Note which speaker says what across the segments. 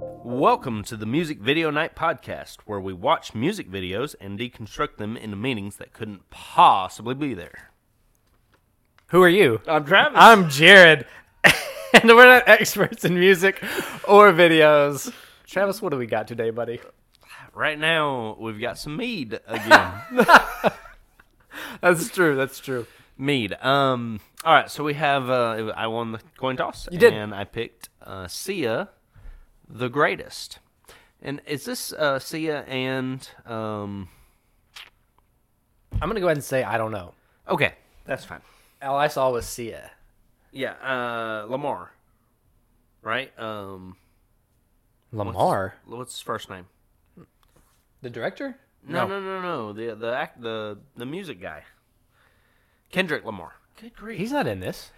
Speaker 1: Welcome to the Music Video Night Podcast, where we watch music videos and deconstruct them into meanings that couldn't possibly be there.
Speaker 2: Who are you?
Speaker 1: I'm Travis.
Speaker 2: I'm Jared, and we're not experts in music or videos. Travis, what do we got today, buddy?
Speaker 1: right now, we've got some mead again.
Speaker 2: That's true. That's true.
Speaker 1: mead. Um, all right, so we have. Uh, I won the coin toss.
Speaker 2: You did.
Speaker 1: And I picked uh, Sia, the greatest. And is this uh, Sia and. Um,
Speaker 2: I'm gonna go ahead and say I don't know.
Speaker 1: okay, that's fine.
Speaker 2: All I saw was Sia.
Speaker 1: Yeah, uh, Lamar. Right? Um,
Speaker 2: Lamar,
Speaker 1: what's his first name?
Speaker 2: the director.
Speaker 1: No, no, no, no. The the act the the music guy. Kendrick Lamar. Good grief.
Speaker 2: he's not in this.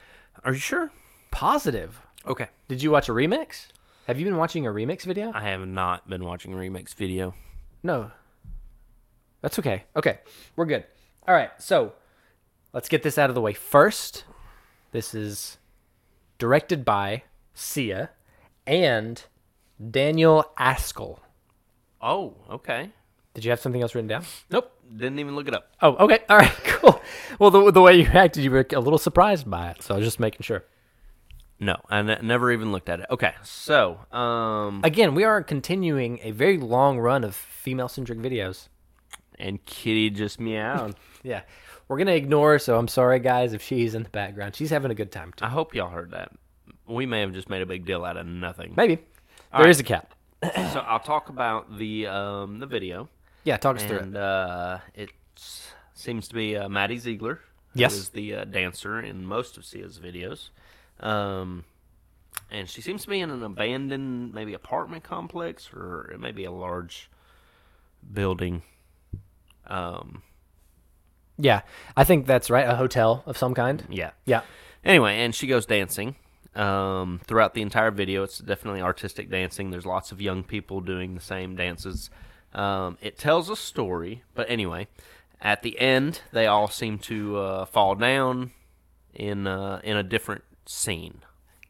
Speaker 1: Are you sure?
Speaker 2: Positive.
Speaker 1: Okay.
Speaker 2: Did you watch a remix? Have you been watching a remix video?
Speaker 1: I have not been watching remix video.
Speaker 2: No. That's okay. Okay. We're good. All right. So let's get this out of the way first. This is directed by Sia and Daniel Askell.
Speaker 1: Oh, okay.
Speaker 2: Did you have something else written down?
Speaker 1: Nope. Didn't even look it up.
Speaker 2: Oh, okay. All right. Cool. Well, the, the way you acted, you were a little surprised by it. So I was just making sure.
Speaker 1: No, I n- never even looked at it. Okay. So, um
Speaker 2: Again, we are continuing a very long run of female centric videos. Um,
Speaker 1: and Kitty just meowed.
Speaker 2: Yeah. We're going to ignore her. So I'm sorry, guys, if she's in the background. She's having a good time, too.
Speaker 1: I hope y'all heard that. We may have just made a big deal out of nothing.
Speaker 2: Maybe. there is a cat.
Speaker 1: so, I'll talk about the um the video.
Speaker 2: Yeah, talk us through it.
Speaker 1: and uh, it seems to be uh, Maddie Ziegler.
Speaker 2: Yes.
Speaker 1: who is the uh, dancer in most of Sia's videos, um, and she seems to be in an abandoned, maybe apartment complex or it may be a large building. Um,
Speaker 2: Yeah, I think that's right. A hotel of some kind.
Speaker 1: yeah.
Speaker 2: Yeah.
Speaker 1: Anyway, and she goes dancing um, throughout the entire video. It's definitely artistic dancing. There's lots of young people doing the same dances. Um, it tells a story, but anyway, at the end, they all seem to uh, fall down in uh, in a different scene,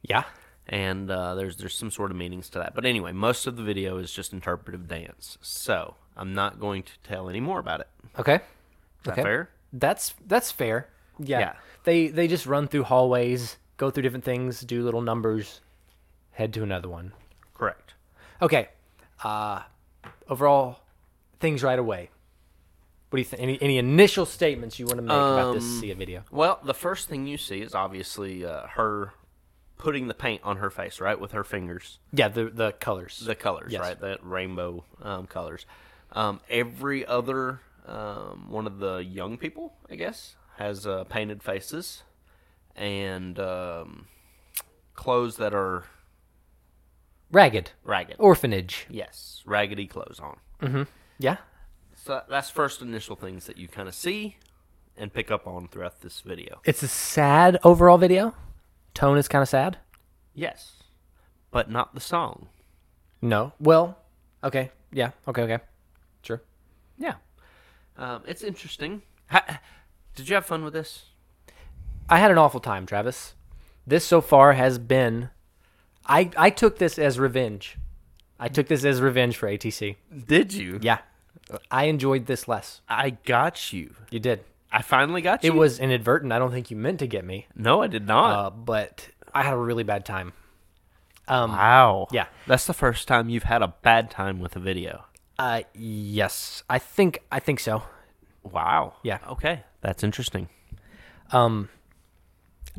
Speaker 2: Yeah.
Speaker 1: and uh, there's there's some sort of meanings to that. But anyway, most of the video is just interpretive dance, so I'm not going to tell any more about it.
Speaker 2: Okay.
Speaker 1: Is that
Speaker 2: Okay.
Speaker 1: fair?
Speaker 2: That's that's fair. Yeah.
Speaker 1: Yeah.
Speaker 2: They they just run through hallways, go through different things, do little numbers, head to another one.
Speaker 1: Correct.
Speaker 2: Okay. Uh overall things right away. What do you think? Any any initial statements you want to make about this Sia video?
Speaker 1: Well, the first thing you see is obviously uh, her putting the paint on her face, right, with her fingers.
Speaker 2: Yeah, the the colors.
Speaker 1: The colors,
Speaker 2: Yes.
Speaker 1: right, that rainbow um, colors. Um, every other um, one of the young people, I guess, has uh, painted faces and um, clothes that are
Speaker 2: Ragged.
Speaker 1: ragged.
Speaker 2: Orphanage.
Speaker 1: Yes, raggedy clothes on.
Speaker 2: Yeah.
Speaker 1: So that's first initial things that you kind of see and pick up on throughout this video.
Speaker 2: It's a sad overall video. Tone is kind of sad.
Speaker 1: Yes, but not the song.
Speaker 2: No. Well, okay. Yeah. Okay. Okay. Sure.
Speaker 1: Yeah, um, it's interesting. Ha- did you have fun with this?
Speaker 2: I had an awful time, Travis. This so far has been. I I took this as revenge. I took this as revenge for ATC.
Speaker 1: Did you?
Speaker 2: Yeah. I enjoyed this less.
Speaker 1: I got you.
Speaker 2: You did.
Speaker 1: I finally got you.
Speaker 2: It was inadvertent. I don't think you meant to get me,
Speaker 1: no, I did not.
Speaker 2: uh, but I had a really bad time. Um.
Speaker 1: wow.
Speaker 2: Yeah.
Speaker 1: that's the first time you've had a bad time with a video.
Speaker 2: Uh. Yes. I think. I think so.
Speaker 1: Wow.
Speaker 2: Yeah.
Speaker 1: Okay, that's interesting.
Speaker 2: Um.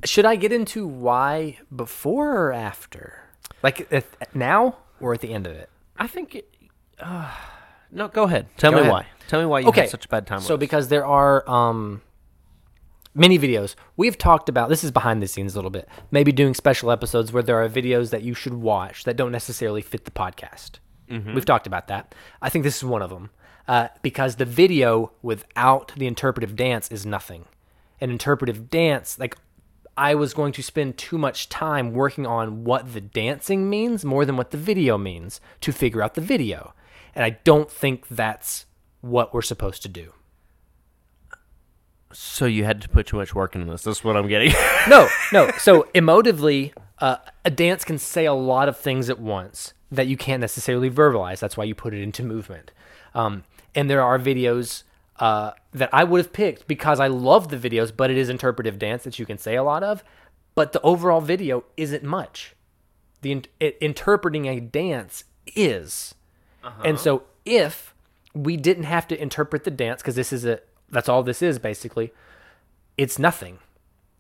Speaker 2: Should I get into why before or after? Like if, now or at the end of it?
Speaker 1: I think. It, uh, no, go ahead. Tell
Speaker 2: Go
Speaker 1: me
Speaker 2: ahead.
Speaker 1: why. Tell me why you had such a bad time.
Speaker 2: So
Speaker 1: with it.
Speaker 2: because there are um, many videos we've talked about. This is behind the scenes a little bit. Maybe doing special episodes where there are videos that you should watch that don't necessarily fit the podcast.
Speaker 1: Mm-hmm.
Speaker 2: We've talked about that. I think this is one of them uh, because the video without the interpretive dance is nothing. An interpretive dance, like I was going to spend too much time working on what the dancing means more than what the video means to figure out the video. And I don't think that's what we're supposed to do.
Speaker 1: so you had to put too much work into this. That's what I'm getting.
Speaker 2: No, no. So emotively, uh, a dance can say a lot of things at once. that you can't necessarily verbalize. That's why you put it into movement. Um, and there are videos uh, that I would have picked because I love the videos, but it is interpretive dance that you can say a lot of. But the overall video isn't much. The in- it, interpreting a dance is, and so if we didn't have to interpret the dance because this is a that's all this is basically, it's nothing.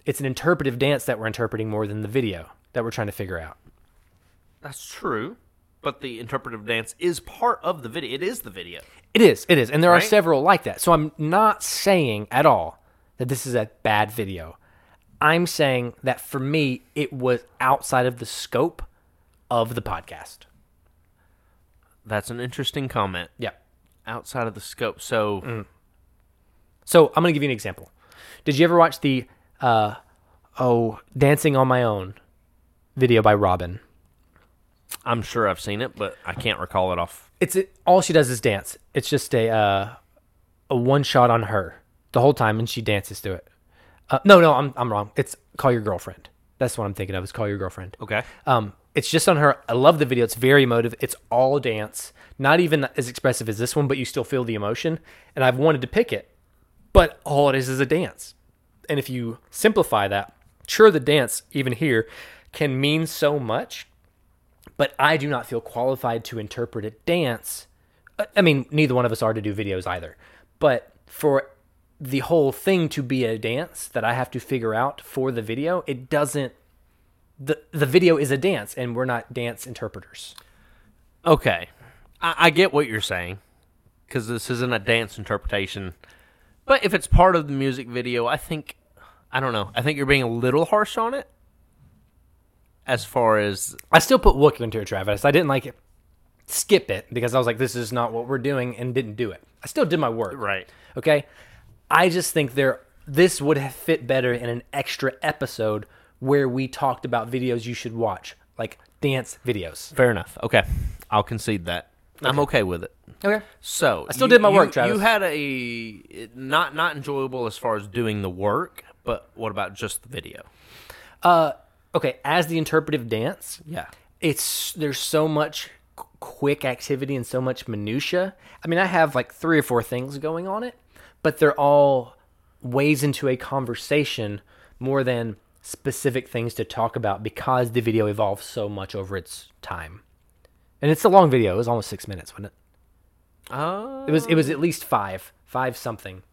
Speaker 2: It's an interpretive dance that we're interpreting more than the video that we're trying to figure out.
Speaker 1: That's true. But the interpretive dance is part of the video. It is the video.
Speaker 2: It is. It is. And there are
Speaker 1: Right?
Speaker 2: several like that. So I'm not saying at all that this is a bad video. I'm saying that for me, it was outside of the scope of the podcast.
Speaker 1: That's an interesting comment.
Speaker 2: Yeah.
Speaker 1: Outside of the scope. So
Speaker 2: So I'm going to give you an example. Did you ever watch the, uh, oh, Dancing on My Own video by Robin?
Speaker 1: I'm sure I've seen it, but I can't recall it off.
Speaker 2: it's it, all she does is dance. It's just a uh, a one shot on her the whole time, and she dances to it. Uh, no, no, I'm I'm wrong. It's call your girlfriend. That's what I'm thinking of. Is call your girlfriend.
Speaker 1: Okay.
Speaker 2: Um, it's just on her. I love the video. It's very emotive. It's all dance. Not even as expressive as this one, but you still feel the emotion. And I've wanted to pick it, but all it is is a dance. And if you simplify that, sure, the dance even here can mean so much, but I do not feel qualified to interpret a dance. I- I mean, neither one of us are to do videos either. But for the whole thing to be a dance that I have to figure out for the video, it doesn't the the video is a dance and we're not dance interpreters.
Speaker 1: Okay. I, I get what you're saying because this isn't a dance interpretation. But if it's part of the music video, I think, I don't know. I think you're being a little harsh on it as far as
Speaker 2: I still put Wookiee into it, Travis. I didn't like it. Skip it because I was like, this is not what we're doing and didn't do it. I still did my work.
Speaker 1: Right.
Speaker 2: Okay. I just think there this would have fit better in an extra episode where we talked about videos you should watch, like dance videos.
Speaker 1: Fair enough. Okay. I'll concede that. I'm okay with it.
Speaker 2: Okay.
Speaker 1: So I
Speaker 2: still did my work, Travis.
Speaker 1: You had a it- not not enjoyable as far as doing the work, but what about just the video?
Speaker 2: Okay, as the interpretive dance,
Speaker 1: Yeah,
Speaker 2: it's there's so much qu- quick activity and so much minutia. I mean, I have like three or four things going on it, but they're all ways into a conversation more than specific things to talk about because the video evolves so much over its time. And it's a long video. It was almost six minutes, wasn't it?
Speaker 1: uh,
Speaker 2: It was. It was at least five, five something.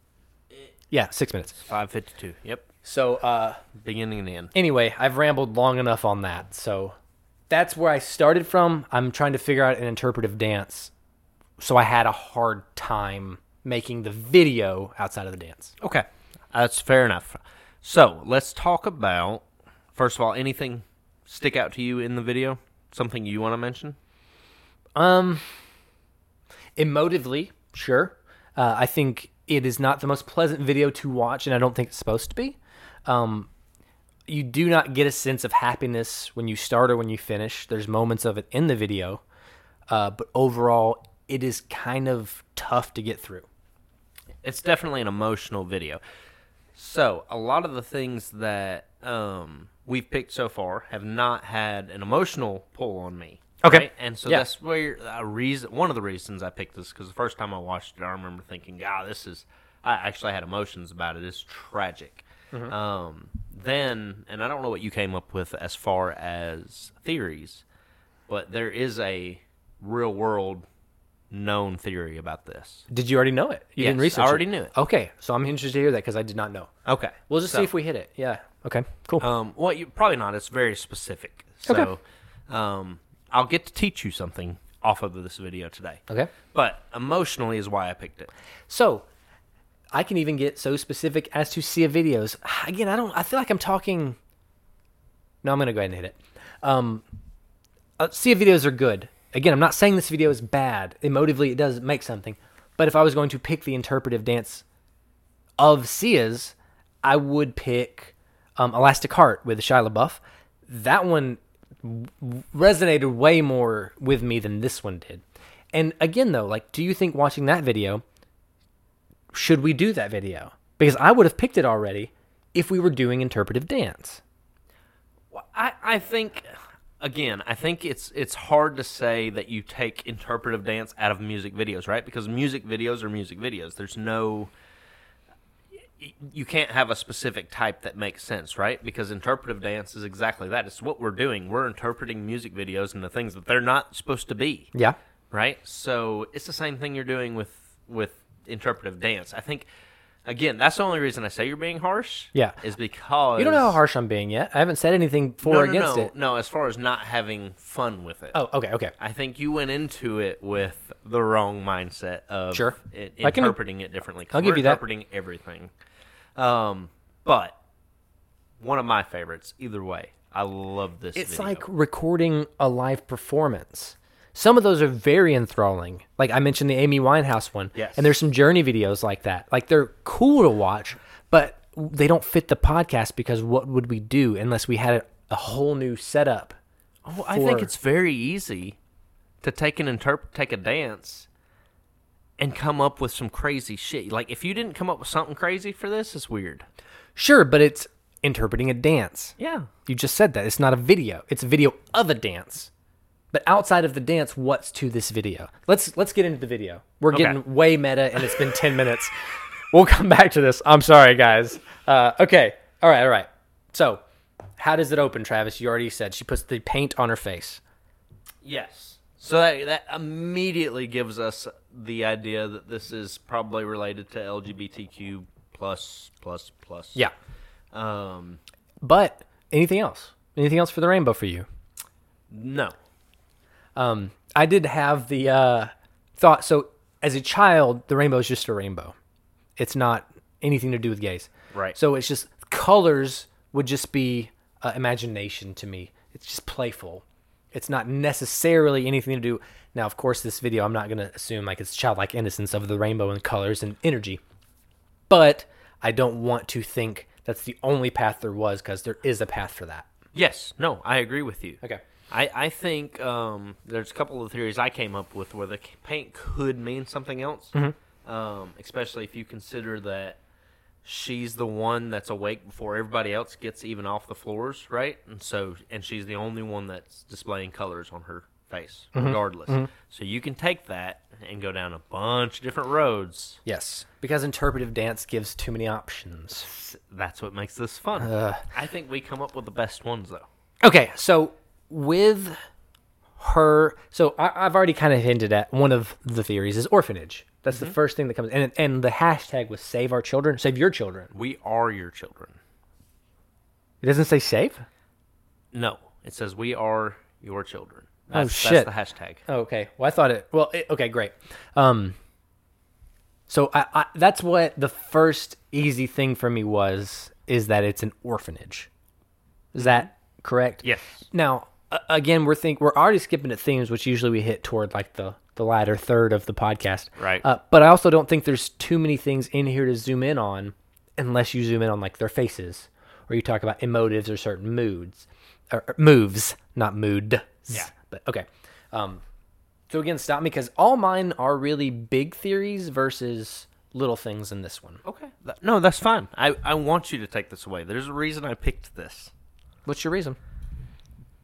Speaker 2: Yeah, six minutes.
Speaker 1: five fifty two. Yep,
Speaker 2: So, uh,
Speaker 1: beginning and end.
Speaker 2: anyway, I've rambled long enough on that. So that's where I started from. I'm trying to figure out an interpretive dance. So I had a hard time making the video outside of the dance.
Speaker 1: Okay, that's fair enough. So let's talk about first of all anything stick out to you in the video. Something you want to mention?
Speaker 2: Um, emotively, sure. Uh, I think it is not the most pleasant video to watch, and I don't think it's supposed to be. Um, you do not get a sense of happiness when you start or when you finish. There's moments of it in the video, uh, but overall, it is kind of tough to get through.
Speaker 1: it's definitely an emotional video. So a lot of the things that um, we've picked so far have not had an emotional pull on me.
Speaker 2: Okay.
Speaker 1: and so
Speaker 2: Yeah.
Speaker 1: that's where a reason, one of the reasons I picked this, because the first time I watched it, I remember thinking, "God, this is." I actually had emotions about it. It's tragic. Um, then, and I don't know what you came up with as far as theories, but there is a real world known theory about this.
Speaker 2: Did you already know it? You
Speaker 1: Yes,
Speaker 2: didn't
Speaker 1: I
Speaker 2: research.
Speaker 1: already knew it.
Speaker 2: Okay, so I'm interested to hear that because I did not know.
Speaker 1: Okay,
Speaker 2: We'll just
Speaker 1: so-
Speaker 2: see if we hit it. Yeah. Okay. Cool.
Speaker 1: Um, well, you, probably not. It's very specific. So,
Speaker 2: Okay.
Speaker 1: um, I'll get to teach you something off of this video today.
Speaker 2: okay.
Speaker 1: But emotionally is why I picked it.
Speaker 2: So I can even get so specific as to see a videos. Again, I don't. I feel like I'm talking. No, I'm gonna go ahead and hit it. Um, uh, see if videos are good. Again, I'm not saying this video is bad. Emotively, it does make something. But if I was going to pick the interpretive dance of Sia's, I would pick um, Elastic Heart with Shia LaBeouf. That one w- resonated way more with me than this one did. And again, though, like, do you think watching that video should we do that video? Because I would have picked it already if we were doing interpretive dance.
Speaker 1: I, I think again, I think it's it's hard to say that you take interpretive dance out of music videos, right? Because music videos are music videos. There's no y- you can't have a specific type that makes sense, right? Because interpretive dance is exactly that. It's what we're doing. We're interpreting music videos into things that they're not supposed to be
Speaker 2: Yeah.
Speaker 1: right? So it's the same thing you're doing with with interpretive dance. I think again, that's the only reason I say you're being harsh.
Speaker 2: Yeah.
Speaker 1: is because
Speaker 2: You don't know how harsh I'm being yet. I haven't said anything for
Speaker 1: no,
Speaker 2: or
Speaker 1: no,
Speaker 2: against
Speaker 1: no,
Speaker 2: it.
Speaker 1: No, as far as not having fun with it.
Speaker 2: Oh, okay, okay.
Speaker 1: I think you went into it with the wrong mindset of
Speaker 2: Sure.
Speaker 1: it,
Speaker 2: I can-
Speaker 1: interpreting it differently. 'cause
Speaker 2: I'll give
Speaker 1: we're
Speaker 2: you that.
Speaker 1: Interpreting everything, um, but one of my favorites. Either way, I love this.
Speaker 2: It's
Speaker 1: video.
Speaker 2: like recording a live performance. Some of those are very enthralling. Like I mentioned the Amy Winehouse one.
Speaker 1: Yes.
Speaker 2: And there's some journey videos like that. Like they're cool to watch, but they don't fit the podcast because what would we do unless we had a, a whole new setup?
Speaker 1: Well, oh, I think
Speaker 2: for-
Speaker 1: it's very easy to take an interpret take a dance and come up with some crazy shit. Like if you didn't come up with something crazy for this, it's weird.
Speaker 2: Sure, but it's interpreting a dance.
Speaker 1: Yeah.
Speaker 2: You just said that. It's not a video. It's a video of a dance. But outside of the dance, what's to this video? Let's let's get into the video. We're
Speaker 1: Okay.
Speaker 2: getting way meta and it's been 10 minutes. We'll come back to this. I'm sorry, guys. Uh, okay. All right, all right. So, how does it open, Travis? You already said she puts the paint on her face.
Speaker 1: Yes. So that that immediately gives us the idea that this is probably related to LGBTQ plus plus plus.
Speaker 2: Yeah.
Speaker 1: Um
Speaker 2: But anything else? Anything else for the rainbow for you?
Speaker 1: no.
Speaker 2: Um, I did have the uh, thought. So as a child, the rainbow is just a rainbow. It's not anything to do with gays.
Speaker 1: Right.
Speaker 2: So it's just colors would just be uh, imagination to me. It's just playful. It's not necessarily anything to do. Now, of course, this video, I'm not going to assume like it's childlike innocence of the rainbow and colors and energy, but I don't want to think that's the only path there was because there is a path for that.
Speaker 1: Yes. No, I agree with you.
Speaker 2: Okay.
Speaker 1: I, I think um, there's a couple of theories I came up with where the c- paint could mean something else, um, especially if you consider that she's the one that's awake before everybody else gets even off the floors, right? And so, and she's the only one that's displaying colors on her face, regardless. So you can take that and go down a bunch of different roads.
Speaker 2: Yes. Because interpretive dance gives too many options.
Speaker 1: S- That's what makes this fun. I think we come up with the best ones though.
Speaker 2: Okay, so with her, so I, I've already kind of hinted at one of the theories is orphanage. That's the first thing that comes, and and the hashtag was save our children, save your children.
Speaker 1: We are your children.
Speaker 2: It doesn't say save.
Speaker 1: No, it says we are your children.
Speaker 2: Oh,
Speaker 1: That's,
Speaker 2: shit.
Speaker 1: That's the hashtag.
Speaker 2: Oh, okay. Well, I thought it. Well, it, okay, great. Um, so I, I that's what the first easy thing for me was is that it's an orphanage. Is that correct?
Speaker 1: Yes.
Speaker 2: Now, a- again, we're think we're already skipping at themes, which usually we hit toward like the the latter third of the podcast.
Speaker 1: Right.
Speaker 2: Uh, but I also don't think there's too many things in here to zoom in on, unless you zoom in on like their faces, or you talk about emotives or certain moods, or or moves, not mood.
Speaker 1: Yeah.
Speaker 2: But okay. Um, so again, stop me because all mine are really big theories versus little things in this one.
Speaker 1: Okay. Th- no, that's fine. I, I want you to take this away. There's a reason I picked this.
Speaker 2: What's your reason?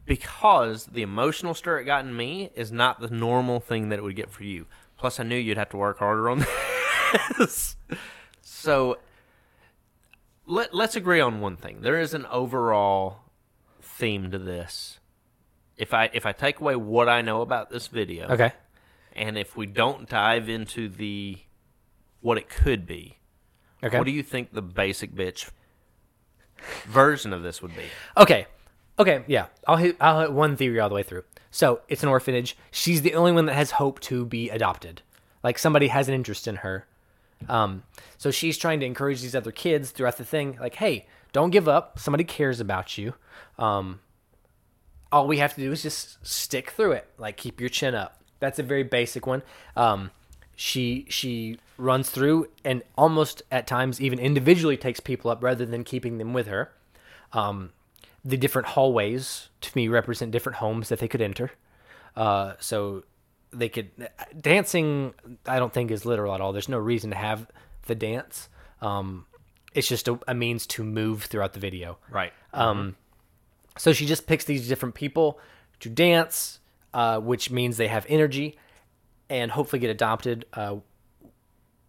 Speaker 1: Because the emotional stir it got in me is not the normal thing that it would get for you. Plus, I knew you'd have to work harder on this. so let, let's agree on one thing. There is an overall theme to this. If I if I take away what I know about this video,
Speaker 2: Okay.
Speaker 1: and if we don't dive into the what it could be,
Speaker 2: Okay.
Speaker 1: what do you think the basic bitch version of this would be?
Speaker 2: Okay. Okay, yeah. I'll hit I'll hit one theory all the way through. So it's an orphanage. She's the only one that has hope to be adopted. Like somebody has an interest in her. Um, so she's trying to encourage these other kids throughout the thing, like, hey, don't give up. Somebody cares about you. Um, all we have to do is just stick through it. Like keep your chin up. That's a very basic one. Um, she she runs through and almost at times even individually takes people up rather than keeping them with her um, the different hallways to me represent different homes that they could enter. Uh, so they could dancing. I don't think is literal at all. There's no reason to have the dance. Um, it's just a, a means to move throughout the video.
Speaker 1: Right.
Speaker 2: So she just picks these different people. to dance, uh, which means they have energy and hopefully get adopted. Uh,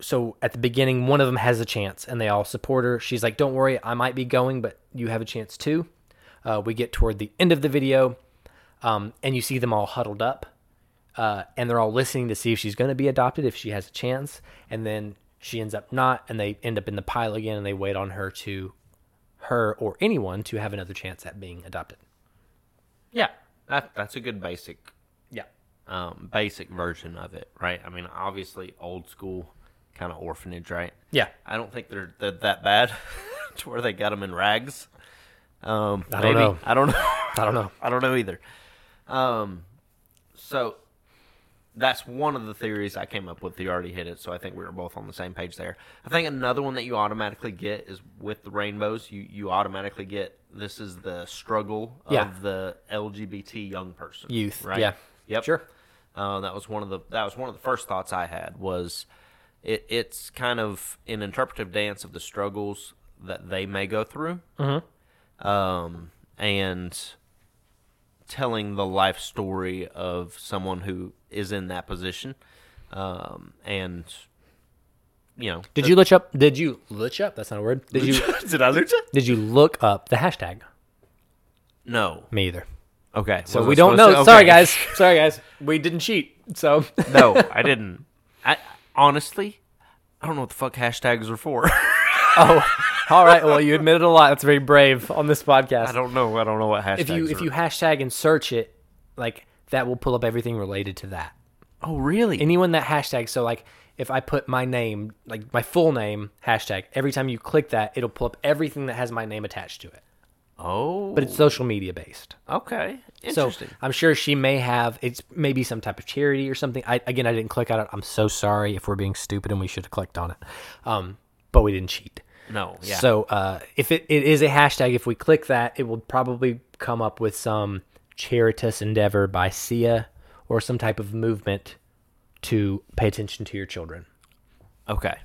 Speaker 2: so at the beginning, one of them has a chance and they all support her. She's like, Don't worry, I might be going, but you have a chance too. Uh, we get toward the end of the video um, and you see them all huddled up uh, and they're all listening to see if she's going to be adopted, if she has a chance. And then she ends up not and they end up in the pile again and they wait on her to, her or anyone to have another chance at being adopted.
Speaker 1: Yeah, that that's a good basic
Speaker 2: Yeah.
Speaker 1: um, basic version of it, right? I mean, obviously old school kind of orphanage, right?
Speaker 2: Yeah.
Speaker 1: I don't think they're, they're that bad to where they got them in rags. Um,
Speaker 2: I don't
Speaker 1: maybe.
Speaker 2: know.
Speaker 1: I don't know.
Speaker 2: I don't know.
Speaker 1: I don't know either. Um, so that's one of the theories I came up with. You already hit it, so I think we were both on the same page there. I think another one that you automatically get is with the rainbows. You you automatically get this is the struggle
Speaker 2: Yeah.
Speaker 1: of the LGBT young person,
Speaker 2: Youth,
Speaker 1: right?
Speaker 2: yeah.
Speaker 1: yep,
Speaker 2: Sure.
Speaker 1: Uh, that was one of the that was one of the first thoughts I had was it, it's kind of an interpretive dance of the struggles that they may go through,
Speaker 2: Mm-hmm.
Speaker 1: um, and telling the life story of someone who is in that position. Um, and you know,
Speaker 2: Did you look up? Did you look up? That's not a word. Did you
Speaker 1: did I lose it?
Speaker 2: did you look up the hashtag?
Speaker 1: No.
Speaker 2: Me either.
Speaker 1: Okay.
Speaker 2: So
Speaker 1: was
Speaker 2: we
Speaker 1: I
Speaker 2: don't know.
Speaker 1: supposed to-
Speaker 2: Sorry
Speaker 1: okay.
Speaker 2: guys. Sorry guys. We didn't cheat. So
Speaker 1: no, I didn't. I honestly, I don't know what the fuck hashtags are for.
Speaker 2: Oh, all right. Well, you admitted a lot. That's very brave on this
Speaker 1: I
Speaker 2: podcast.
Speaker 1: don't know. I don't know what hashtags.
Speaker 2: If you
Speaker 1: are.
Speaker 2: if you hashtag and search it, like that will pull up everything related to that.
Speaker 1: oh really?
Speaker 2: Anyone that hashtags. So like if I put my name, like my full name hashtag, every time you click that, it'll pull up everything that has my name attached to it.
Speaker 1: oh,
Speaker 2: But it's social media based.
Speaker 1: okay.
Speaker 2: So
Speaker 1: Interesting.
Speaker 2: I'm sure she may have it's maybe some type of charity or something. I again I didn't click on it. I'm so sorry if we're being stupid and we should have clicked on it. Um, but we didn't cheat.
Speaker 1: no. Yeah.
Speaker 2: So uh, if it, it is a hashtag, if we click that, it will probably come up with some charitous endeavor by SIA or some type of movement to pay attention to your children.
Speaker 1: Okay.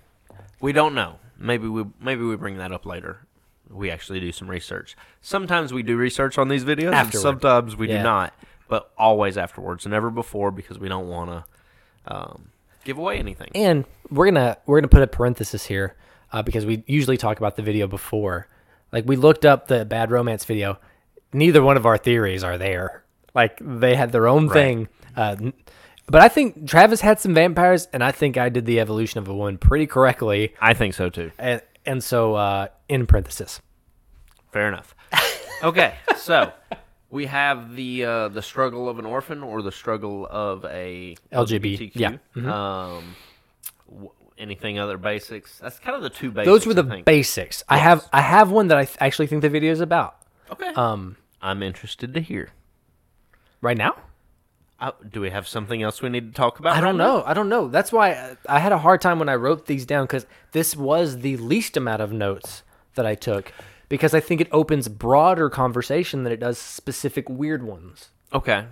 Speaker 1: We don't know. Maybe we maybe we bring that up later. We actually do some research. Sometimes we do research on these videos,
Speaker 2: Afterward.
Speaker 1: and sometimes we
Speaker 2: Yeah.
Speaker 1: do not. But always afterwards, never before, because we don't want to um, give away anything.
Speaker 2: And we're gonna we're gonna put a parenthesis here uh, because we usually talk about the video before. Like we looked up the bad romance video. Neither one of our theories are there. Like they had their own thing. Uh, n- but I think Travis had some vampires, and I think I did the evolution of a woman pretty correctly.
Speaker 1: I think so too.
Speaker 2: And and so uh, in parenthesis,
Speaker 1: Fair enough. Okay, so we have the uh, the struggle of an orphan or the struggle of a
Speaker 2: LGB. Yeah, Mm-hmm.
Speaker 1: Um, w- anything other basics? That's kind of the two basics.
Speaker 2: those were the
Speaker 1: I think.
Speaker 2: basics. I have I have one that I th- actually think the video is about
Speaker 1: okay. Um, I'm interested to hear.
Speaker 2: right now.
Speaker 1: Uh, do we have something else we need to talk about?
Speaker 2: I don't
Speaker 1: right now?
Speaker 2: know. I don't know. That's why I, I had a hard time when I wrote these down because this was the least amount of notes that I took because I think it opens broader conversation than it does specific weird ones.
Speaker 1: Okay.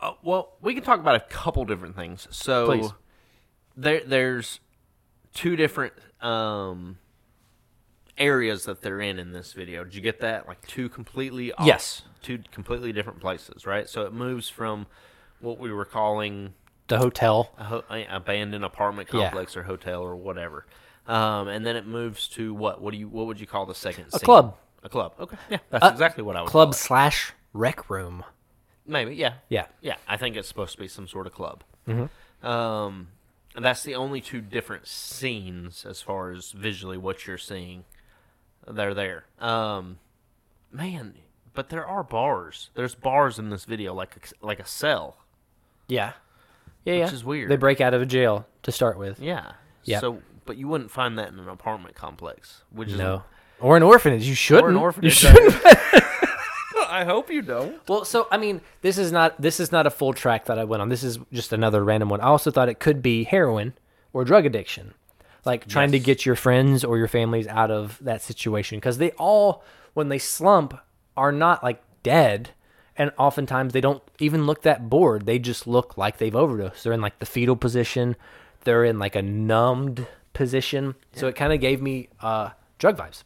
Speaker 1: Uh, well, we can talk about a couple different things. So
Speaker 2: Please.
Speaker 1: there there's two different um areas that they're in in this video. Did you get that? Like two completely off,
Speaker 2: Yes.
Speaker 1: two completely different places, right? So it moves from what we were calling
Speaker 2: The hotel.
Speaker 1: a ho- a- abandoned apartment
Speaker 2: Yeah.
Speaker 1: complex or hotel or whatever. Um, and then it moves to what? What do you? What would you call the second? A
Speaker 2: club.
Speaker 1: A
Speaker 2: Uh,
Speaker 1: club. Okay. Yeah, that's exactly what I would.
Speaker 2: Club slash rec room.
Speaker 1: Maybe, yeah.
Speaker 2: Yeah.
Speaker 1: Yeah, I think it's supposed to be some sort of club. Mm-hmm. Um, and that's the only two different scenes as far as visually what you're seeing. They're there. Um, man, but there are bars. There's bars in this video, like a, like a cell.
Speaker 2: Yeah. Yeah, yeah.
Speaker 1: Which is weird.
Speaker 2: They break out of a jail to start with.
Speaker 1: Yeah.
Speaker 2: Yeah.
Speaker 1: So, but you wouldn't find that in an apartment complex, which is
Speaker 2: No. Or an orphanage. You shouldn't.
Speaker 1: or an
Speaker 2: You
Speaker 1: orphanage.
Speaker 2: shouldn't.
Speaker 1: I hope you don't.
Speaker 2: Well, so I mean, this is not this is not a full track that I went on. This is just another random one. I also thought it could be heroin or drug addiction, like trying to get your friends or your families out of that situation because they all, when they slump, are not like dead, and oftentimes they don't even look that bored. They just look like they've overdosed. They're in like the fetal position. They're in like a numbed position. So it kind of gave me uh, drug vibes.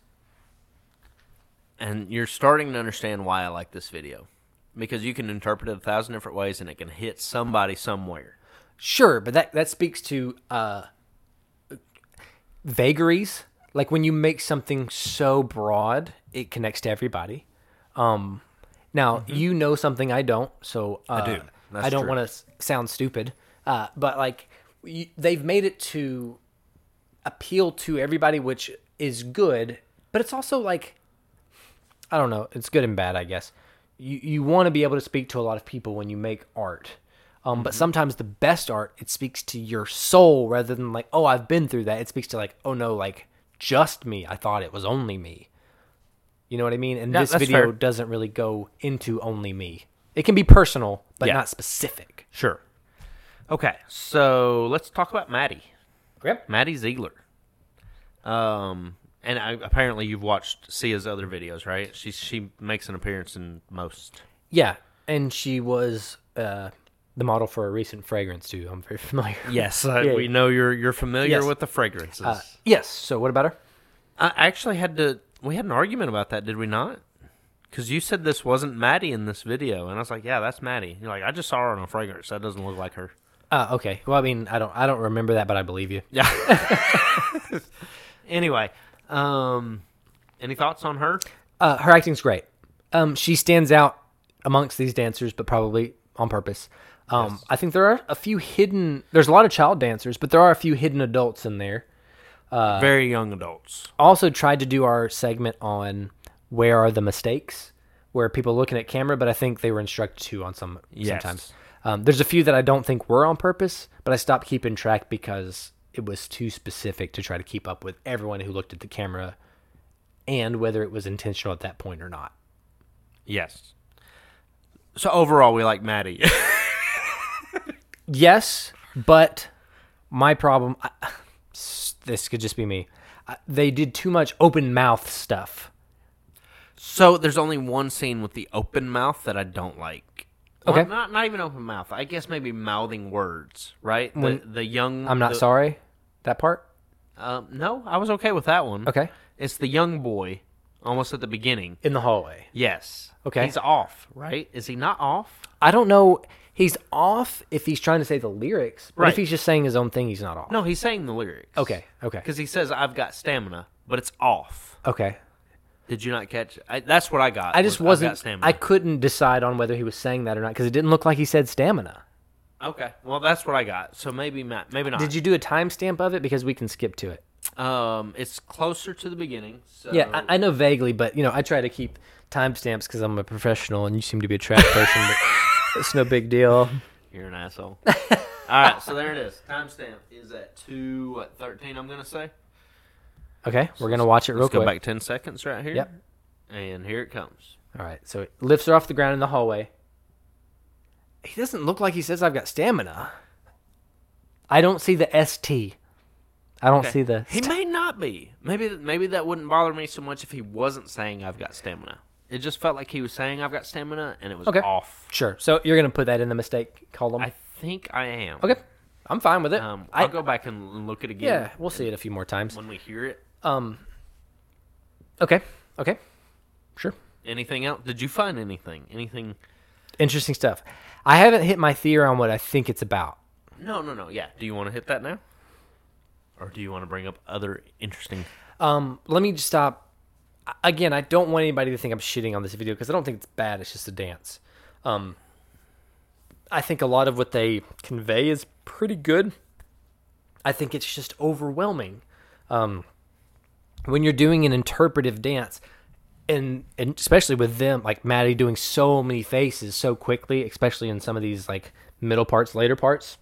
Speaker 1: And you're starting to understand why I like this video. because you can interpret it a thousand different ways and it can hit somebody somewhere.
Speaker 2: Sure, but that that speaks to uh, vagaries. Like when you make something so broad, it connects to everybody. Um, now you know something I don't, so uh,
Speaker 1: Mm-hmm. do. That's
Speaker 2: I don't
Speaker 1: true.
Speaker 2: want to sound stupid, uh, but like you, they've made it to appeal to everybody, which is good, but it's also like I don't know. It's good and bad, I guess. You you want to be able to speak to a lot of people when you make art, um,
Speaker 1: Mm-hmm.
Speaker 2: but sometimes the best art it speaks to your soul rather than like oh I've been through that. It speaks to like oh no like just me. I thought it was only me. You know what I mean? And
Speaker 1: Yeah,
Speaker 2: this
Speaker 1: that's
Speaker 2: video
Speaker 1: fair.
Speaker 2: doesn't really go into only me. It can be personal, but
Speaker 1: Yeah.
Speaker 2: not specific.
Speaker 1: Sure. Okay, so let's talk about Maddie.
Speaker 2: Yep.
Speaker 1: Maddie Ziegler. Um, and I, apparently you've watched Sia's other videos, right? She she makes an appearance in most.
Speaker 2: Yeah, and she was uh, the model for a recent fragrance too. I'm very familiar.
Speaker 1: Yes, uh,
Speaker 2: Yeah.
Speaker 1: we know you're you're familiar
Speaker 2: Yes.
Speaker 1: with the fragrances.
Speaker 2: Uh, yes. So what about her?
Speaker 1: I actually had to. We had an argument about that, did we not? Because you said this wasn't Maddie in this video, and I was like, "Yeah, that's Maddie." You're like, "I just saw her on a fragrance. That doesn't look like her."
Speaker 2: Uh, okay. Well, I mean, I don't, I don't remember that, but I believe you.
Speaker 1: Yeah. anyway, um, any thoughts on her?
Speaker 2: Uh, her acting's great. Um, she stands out amongst these dancers, but probably on purpose. Um, I think there are a few hidden. There's a lot of child dancers, but there are a few hidden adults in there. Uh,
Speaker 1: Very young adults.
Speaker 2: Also, tried to do our segment on where are the mistakes, where people looking at camera, but I think they were instructed to on some
Speaker 1: Yes.
Speaker 2: sometimes. Um, there's a few that I don't think were on purpose, but I stopped keeping track because it was too specific to try to keep up with everyone who looked at the camera, and whether it was intentional at that point or not.
Speaker 1: Yes. So overall, we like Maddie.
Speaker 2: Yes, but my problem. I, this could just be me. I, they did too much open mouth stuff.
Speaker 1: so there's only one scene with the open mouth that I don't like.
Speaker 2: Okay.
Speaker 1: Well, not not even open mouth. I guess maybe mouthing words. Right. The, the young.
Speaker 2: I'm not
Speaker 1: the-
Speaker 2: sorry. That part.
Speaker 1: Um, no, I was okay with that one.
Speaker 2: Okay.
Speaker 1: It's the young boy, almost at the beginning.
Speaker 2: In the hallway.
Speaker 1: Yes.
Speaker 2: Okay.
Speaker 1: He's off, right? Is he not off?
Speaker 2: I don't know. He's off if he's trying to say the lyrics, but
Speaker 1: Right.
Speaker 2: if he's just saying his own thing, he's not off.
Speaker 1: No, he's saying the lyrics.
Speaker 2: Okay. Okay.
Speaker 1: Because he says, "I've got stamina," but it's off.
Speaker 2: Okay.
Speaker 1: Did you not catch? I, that's what I got.
Speaker 2: I just
Speaker 1: was, "I've got
Speaker 2: wasn't.
Speaker 1: stamina."
Speaker 2: I couldn't decide on whether he was saying that or not because it didn't look like he said stamina.
Speaker 1: Okay. Well, that's what I got. So maybe ma- maybe not.
Speaker 2: Did you do a timestamp of it because we can skip to it?
Speaker 1: Um, it's closer to the beginning. So
Speaker 2: Yeah, I, I know vaguely, but you know, I try to keep timestamps because I'm a professional, and you seem to be a trash person. but it's no big deal.
Speaker 1: you're an asshole. All right. So there it is. Timestamp is at two what, thirteen. I'm gonna say.
Speaker 2: Okay, we're gonna watch it real
Speaker 1: Let's
Speaker 2: quick.
Speaker 1: go back ten seconds right here.
Speaker 2: Yep.
Speaker 1: And here it comes.
Speaker 2: All right, so it lifts her off the ground in the hallway. He doesn't look like he says I've got stamina. I don't see the ST. I don't see the.
Speaker 1: He may not be. Maybe maybe that wouldn't bother me so much if he wasn't saying I've got stamina. It just felt like he was saying I've got stamina, and it was
Speaker 2: Okay.
Speaker 1: off.
Speaker 2: sure. So you're gonna put that in the mistake column.
Speaker 1: I think I am.
Speaker 2: okay, I'm fine with it.
Speaker 1: Um,
Speaker 2: I,
Speaker 1: I'll go back and look it again
Speaker 2: yeah, we'll see it a few more times.
Speaker 1: when we hear it.
Speaker 2: Um. Okay. Okay. Sure.
Speaker 1: Anything else? Did you find anything? Anything?
Speaker 2: Interesting stuff. I haven't hit my theory on what I think it's about.
Speaker 1: No, no, no. Yeah. Do you want to hit that now? Or do you want to bring up other interesting?
Speaker 2: Um, let me just stop. I- Again, I don't want anybody to think I'm shitting on this video because I don't think it's bad. It's just a dance. Um, I think a lot of what they convey is pretty good. I think it's just overwhelming. Um, when you're doing an interpretive dance, and, and especially with them, like Maddie doing so many faces so quickly, especially in some of these like middle parts, later parts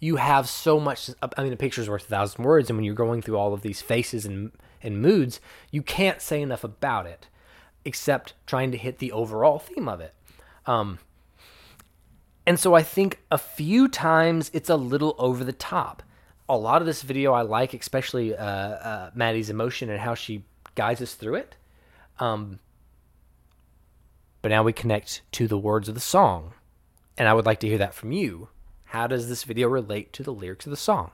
Speaker 2: you have so much i mean a picture's worth a thousand words and when you're going through all of these faces and and moods you can't say enough about it except trying to hit the overall theme of it um and so i think a few times it's a little over the top a lot of this video i like especially uh, uh maddie's emotion and how she guides us through it um but now we connect to the words of the song and I would like to hear that from you. How does this video relate to the lyrics of the song?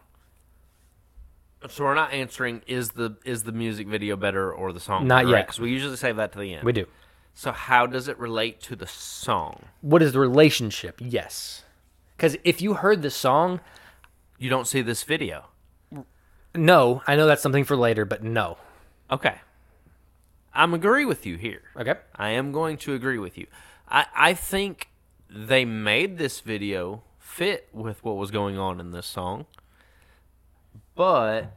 Speaker 1: So we're not answering is the is the music video better or the song?
Speaker 2: Not yet.
Speaker 1: Because we usually save that to the end.
Speaker 2: We do.
Speaker 1: So how does it relate to the song?
Speaker 2: What is the relationship? Yes. Because if you heard the song,
Speaker 1: You don't see this video.
Speaker 2: no, I know that's something for later, but no.
Speaker 1: Okay. I'm agree with you here.
Speaker 2: Okay.
Speaker 1: I am going to agree with you. I, I think they made this video fit with what was going on in this song, but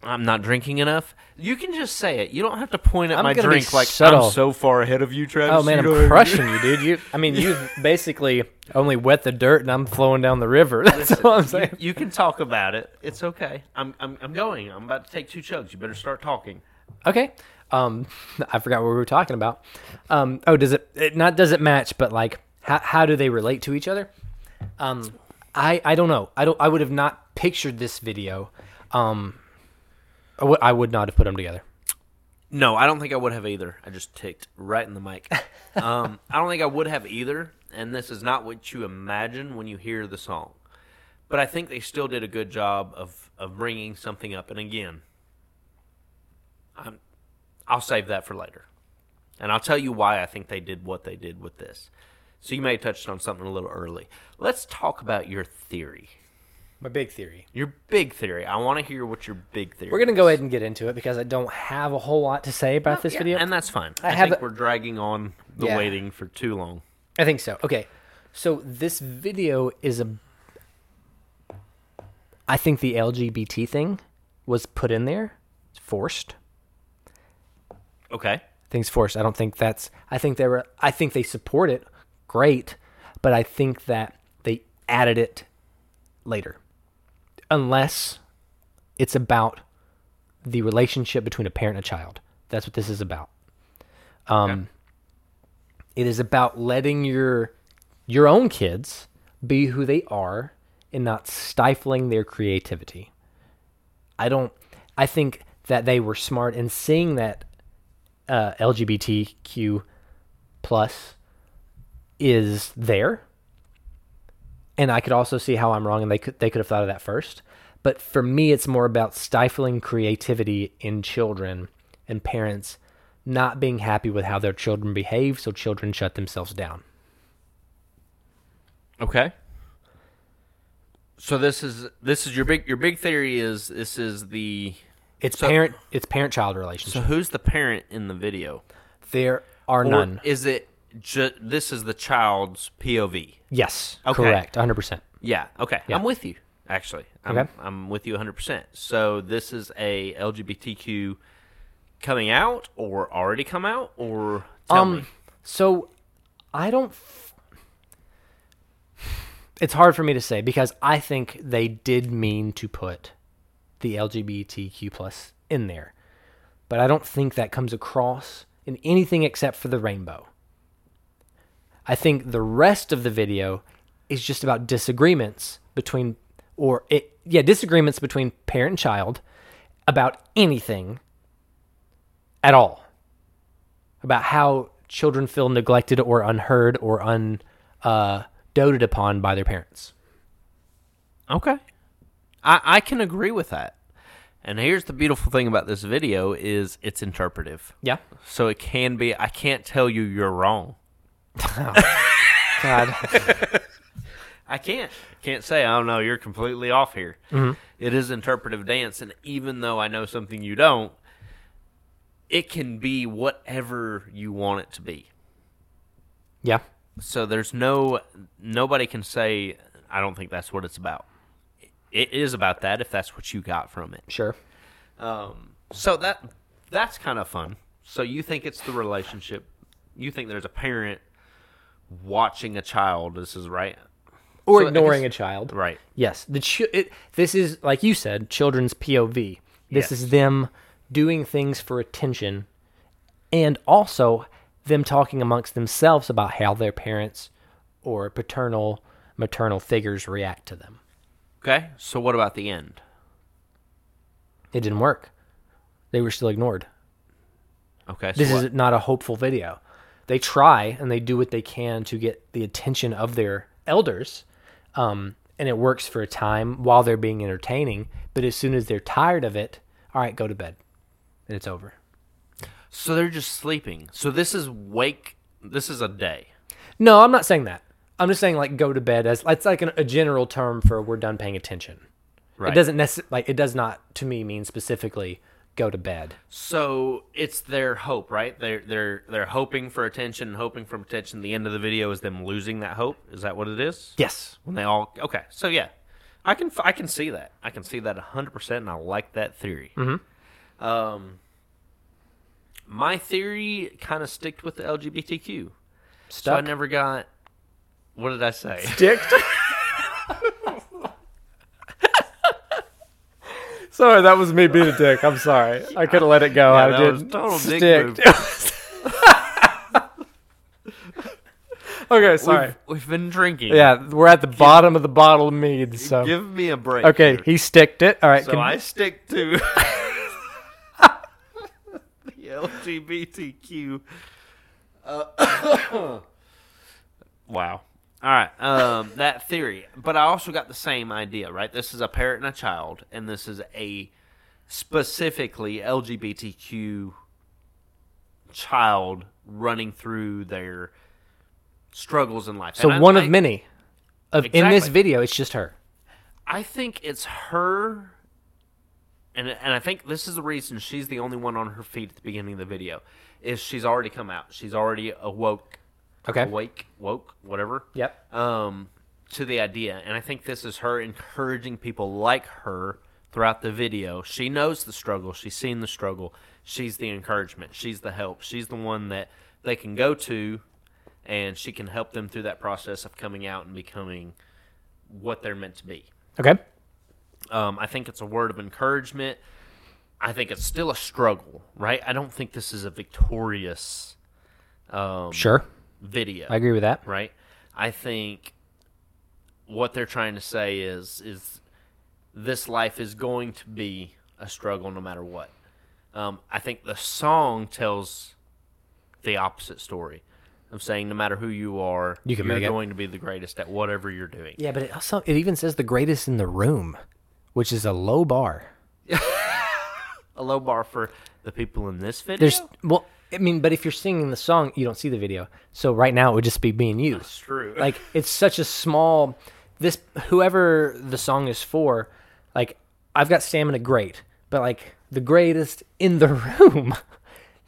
Speaker 1: I'm not drinking enough. You can just say it. You don't have to point at
Speaker 2: I'm
Speaker 1: my
Speaker 2: gonna be
Speaker 1: drink like
Speaker 2: subtle.
Speaker 1: I'm so far ahead of you, Travis.
Speaker 2: Oh man,
Speaker 1: You
Speaker 2: I'm
Speaker 1: don't-
Speaker 2: crushing you, dude. You, I mean, you've basically only wet the dirt, and I'm flowing down the river. That's all I'm saying.
Speaker 1: You can talk about it. It's okay. I'm, I'm I'm going. I'm about to take two chugs. You better start talking.
Speaker 2: Okay. Um, I forgot what we were talking about. Um, oh, does it, it not does it match? But like, how how do they relate to each other? Um, I I don't know. I don't. I would have not pictured this video. Um, I would- I would not have put them together.
Speaker 1: No, I don't think I would have either. I just ticked right in the mic. um, I don't think I would have either, and this is not what you imagine when you hear the song. But I think they still did a good job of of bringing something up. And again, I'm, I'll save that for later, and I'll tell you why I think they did what they did with this. So you may have touched on something a little early. Let's talk about your theory,
Speaker 2: My big theory.
Speaker 1: your big theory. I want to hear what your big theory.
Speaker 2: We're gonna go ahead and get into it because I don't have a whole lot to say about this
Speaker 1: Yeah,
Speaker 2: video.
Speaker 1: and that's fine. I,
Speaker 2: I have
Speaker 1: think
Speaker 2: a-
Speaker 1: we're dragging on the
Speaker 2: Yeah.
Speaker 1: waiting for too long.
Speaker 2: I think so. Okay. So this video is a. I think the LGBT thing was put in there. It's forced.
Speaker 1: Okay.
Speaker 2: Things forced. I don't think that's. I think they were. I think they support it. Great. But I think that they added it later. Unless it's about the relationship between a parent and a child. That's what this is about. Um, It is about letting your your own kids be who they are and not stifling their creativity. I don't. I think that they were smart in seeing that uh, LGBTQ plus is there, and I could also see how I'm wrong, and they could they could have thought of that first. But for me, it's more about stifling creativity in children and parents not being happy with how their children behave, so children shut themselves down.
Speaker 1: Okay. So this is this is your big your big theory is this is the
Speaker 2: It's
Speaker 1: So-
Speaker 2: parent it's parent child relationship.
Speaker 1: so who's the parent in the video?
Speaker 2: there are
Speaker 1: Or
Speaker 2: none.
Speaker 1: Is it ju- this is the child's POV?
Speaker 2: Yes,
Speaker 1: Okay.
Speaker 2: correct, 100. percent
Speaker 1: Yeah. Okay. I'm with you. Actually, I'm,
Speaker 2: Okay.
Speaker 1: I'm with you 100. percent So this is a LGBTQ coming out or already come out or tell me.
Speaker 2: Um, so I don't. f- It's hard for me to say because I think they did mean to put the LGBTQ plus in there, but I don't think that comes across in anything except for the rainbow. I think the rest of the video is just about disagreements between, or it, yeah, disagreements between parent and child about anything at all about how children feel neglected or unheard or un uh, doted upon by their parents.
Speaker 1: Okay. I, I can agree with that. And here's the beautiful thing about this video is it's interpretive.
Speaker 2: Yeah.
Speaker 1: So it can be I can't tell you you're wrong.
Speaker 2: God.
Speaker 1: I can't. Can't say, oh no, you're completely off here. It is interpretive dance, and even though I know something you don't, it can be whatever you want it to be.
Speaker 2: yeah.
Speaker 1: So there's no nobody can say I don't think that's what it's about. It is about that if that's what you got from it.
Speaker 2: Sure.
Speaker 1: Um, so that that's kind of fun. So you think it's the relationship? You think there's a parent watching a child? This is right,
Speaker 2: Or
Speaker 1: So I
Speaker 2: ignoring
Speaker 1: guess-
Speaker 2: a child.
Speaker 1: right?
Speaker 2: Yes. The ch- it, this is like you said, children's POV. This is them doing things for attention, and also them talking amongst themselves about how their parents or paternal, maternal figures react to them.
Speaker 1: Okay. So what about the end?
Speaker 2: It didn't work. They were still ignored.
Speaker 1: Okay. So
Speaker 2: this
Speaker 1: what-
Speaker 2: is not a hopeful video. They try and they do what they can to get the attention of their elders, um, and it works for a time while they're being entertaining. But as soon as they're tired of it, all right, go to bed, and it's over.
Speaker 1: So they're just sleeping. So this is wake. This is a day.
Speaker 2: No, I'm not saying that. I'm just saying like go to bed as it's like an, a general term for we're done paying attention.
Speaker 1: Right.
Speaker 2: It doesn't necessarily like it does not to me mean specifically go to bed.
Speaker 1: So it's their hope, right? They're they're they're hoping for attention, hoping for attention. The end of the video is them losing that hope. Is that what it is?
Speaker 2: Yes.
Speaker 1: When they all okay. So yeah, I can I can see that. I can see that hundred percent, and I like that theory. Um,
Speaker 2: Mm-hmm.
Speaker 1: my theory kind of sticked with the LGBTQ. So I
Speaker 2: Stuck.
Speaker 1: never got. What did I say?
Speaker 2: dicked. sorry, that was me being a dick. I'm sorry. I could have let it go.
Speaker 1: that
Speaker 2: I did.
Speaker 1: was total dick
Speaker 2: okay,
Speaker 1: We've,
Speaker 2: sorry.
Speaker 1: we've been drinking.
Speaker 2: yeah, we're at the bottom of the bottle of mead. So
Speaker 1: Give me a break.
Speaker 2: okay,
Speaker 1: here.
Speaker 2: he sticked it. All right.
Speaker 1: So
Speaker 2: can-
Speaker 1: I stick to the LGBTQ. Uh, wow. All right. Um, that theory. But I also got the same idea, right? This is a parent and a child, and this is a specifically LGBTQ child running through their struggles in life.
Speaker 2: so
Speaker 1: And I-
Speaker 2: one
Speaker 1: I-
Speaker 2: of many. Of in this
Speaker 1: Exactly.
Speaker 2: video, it's just her.
Speaker 1: I think it's her, and and I think this is the reason she's the only one on her feet at the beginning of the video, is she's already come out. She's already awoke,
Speaker 2: Okay.
Speaker 1: awake, woke, whatever.
Speaker 2: Yep.
Speaker 1: Um, to the idea, and I think this is her encouraging people like her throughout the video. She knows the struggle. She's seen the struggle. She's the encouragement. She's the help. She's the one that they can go to, and she can help them through that process of coming out and becoming what they're meant to be.
Speaker 2: Okay.
Speaker 1: Um, I think it's a word of encouragement. I think it's still a struggle, right? I don't think this is a victorious um,
Speaker 2: Sure.
Speaker 1: video,
Speaker 2: I agree with that.
Speaker 1: right? I think what they're trying to say is is this life is going to be a struggle no matter what. Um, I think the song tells the opposite story of saying no matter who you are,
Speaker 2: You can
Speaker 1: you're
Speaker 2: make it.
Speaker 1: going to be the greatest at whatever you're doing.
Speaker 2: Yeah, but it also it even says the greatest in the room, which is a low bar.
Speaker 1: A low bar for the people in this video.
Speaker 2: There's well, I mean, but if you're singing the song, you don't see the video. So right now, it would just be being used.
Speaker 1: true.
Speaker 2: Like it's such a small. This whoever the song is for, like I've got stamina great, but like the greatest in the room,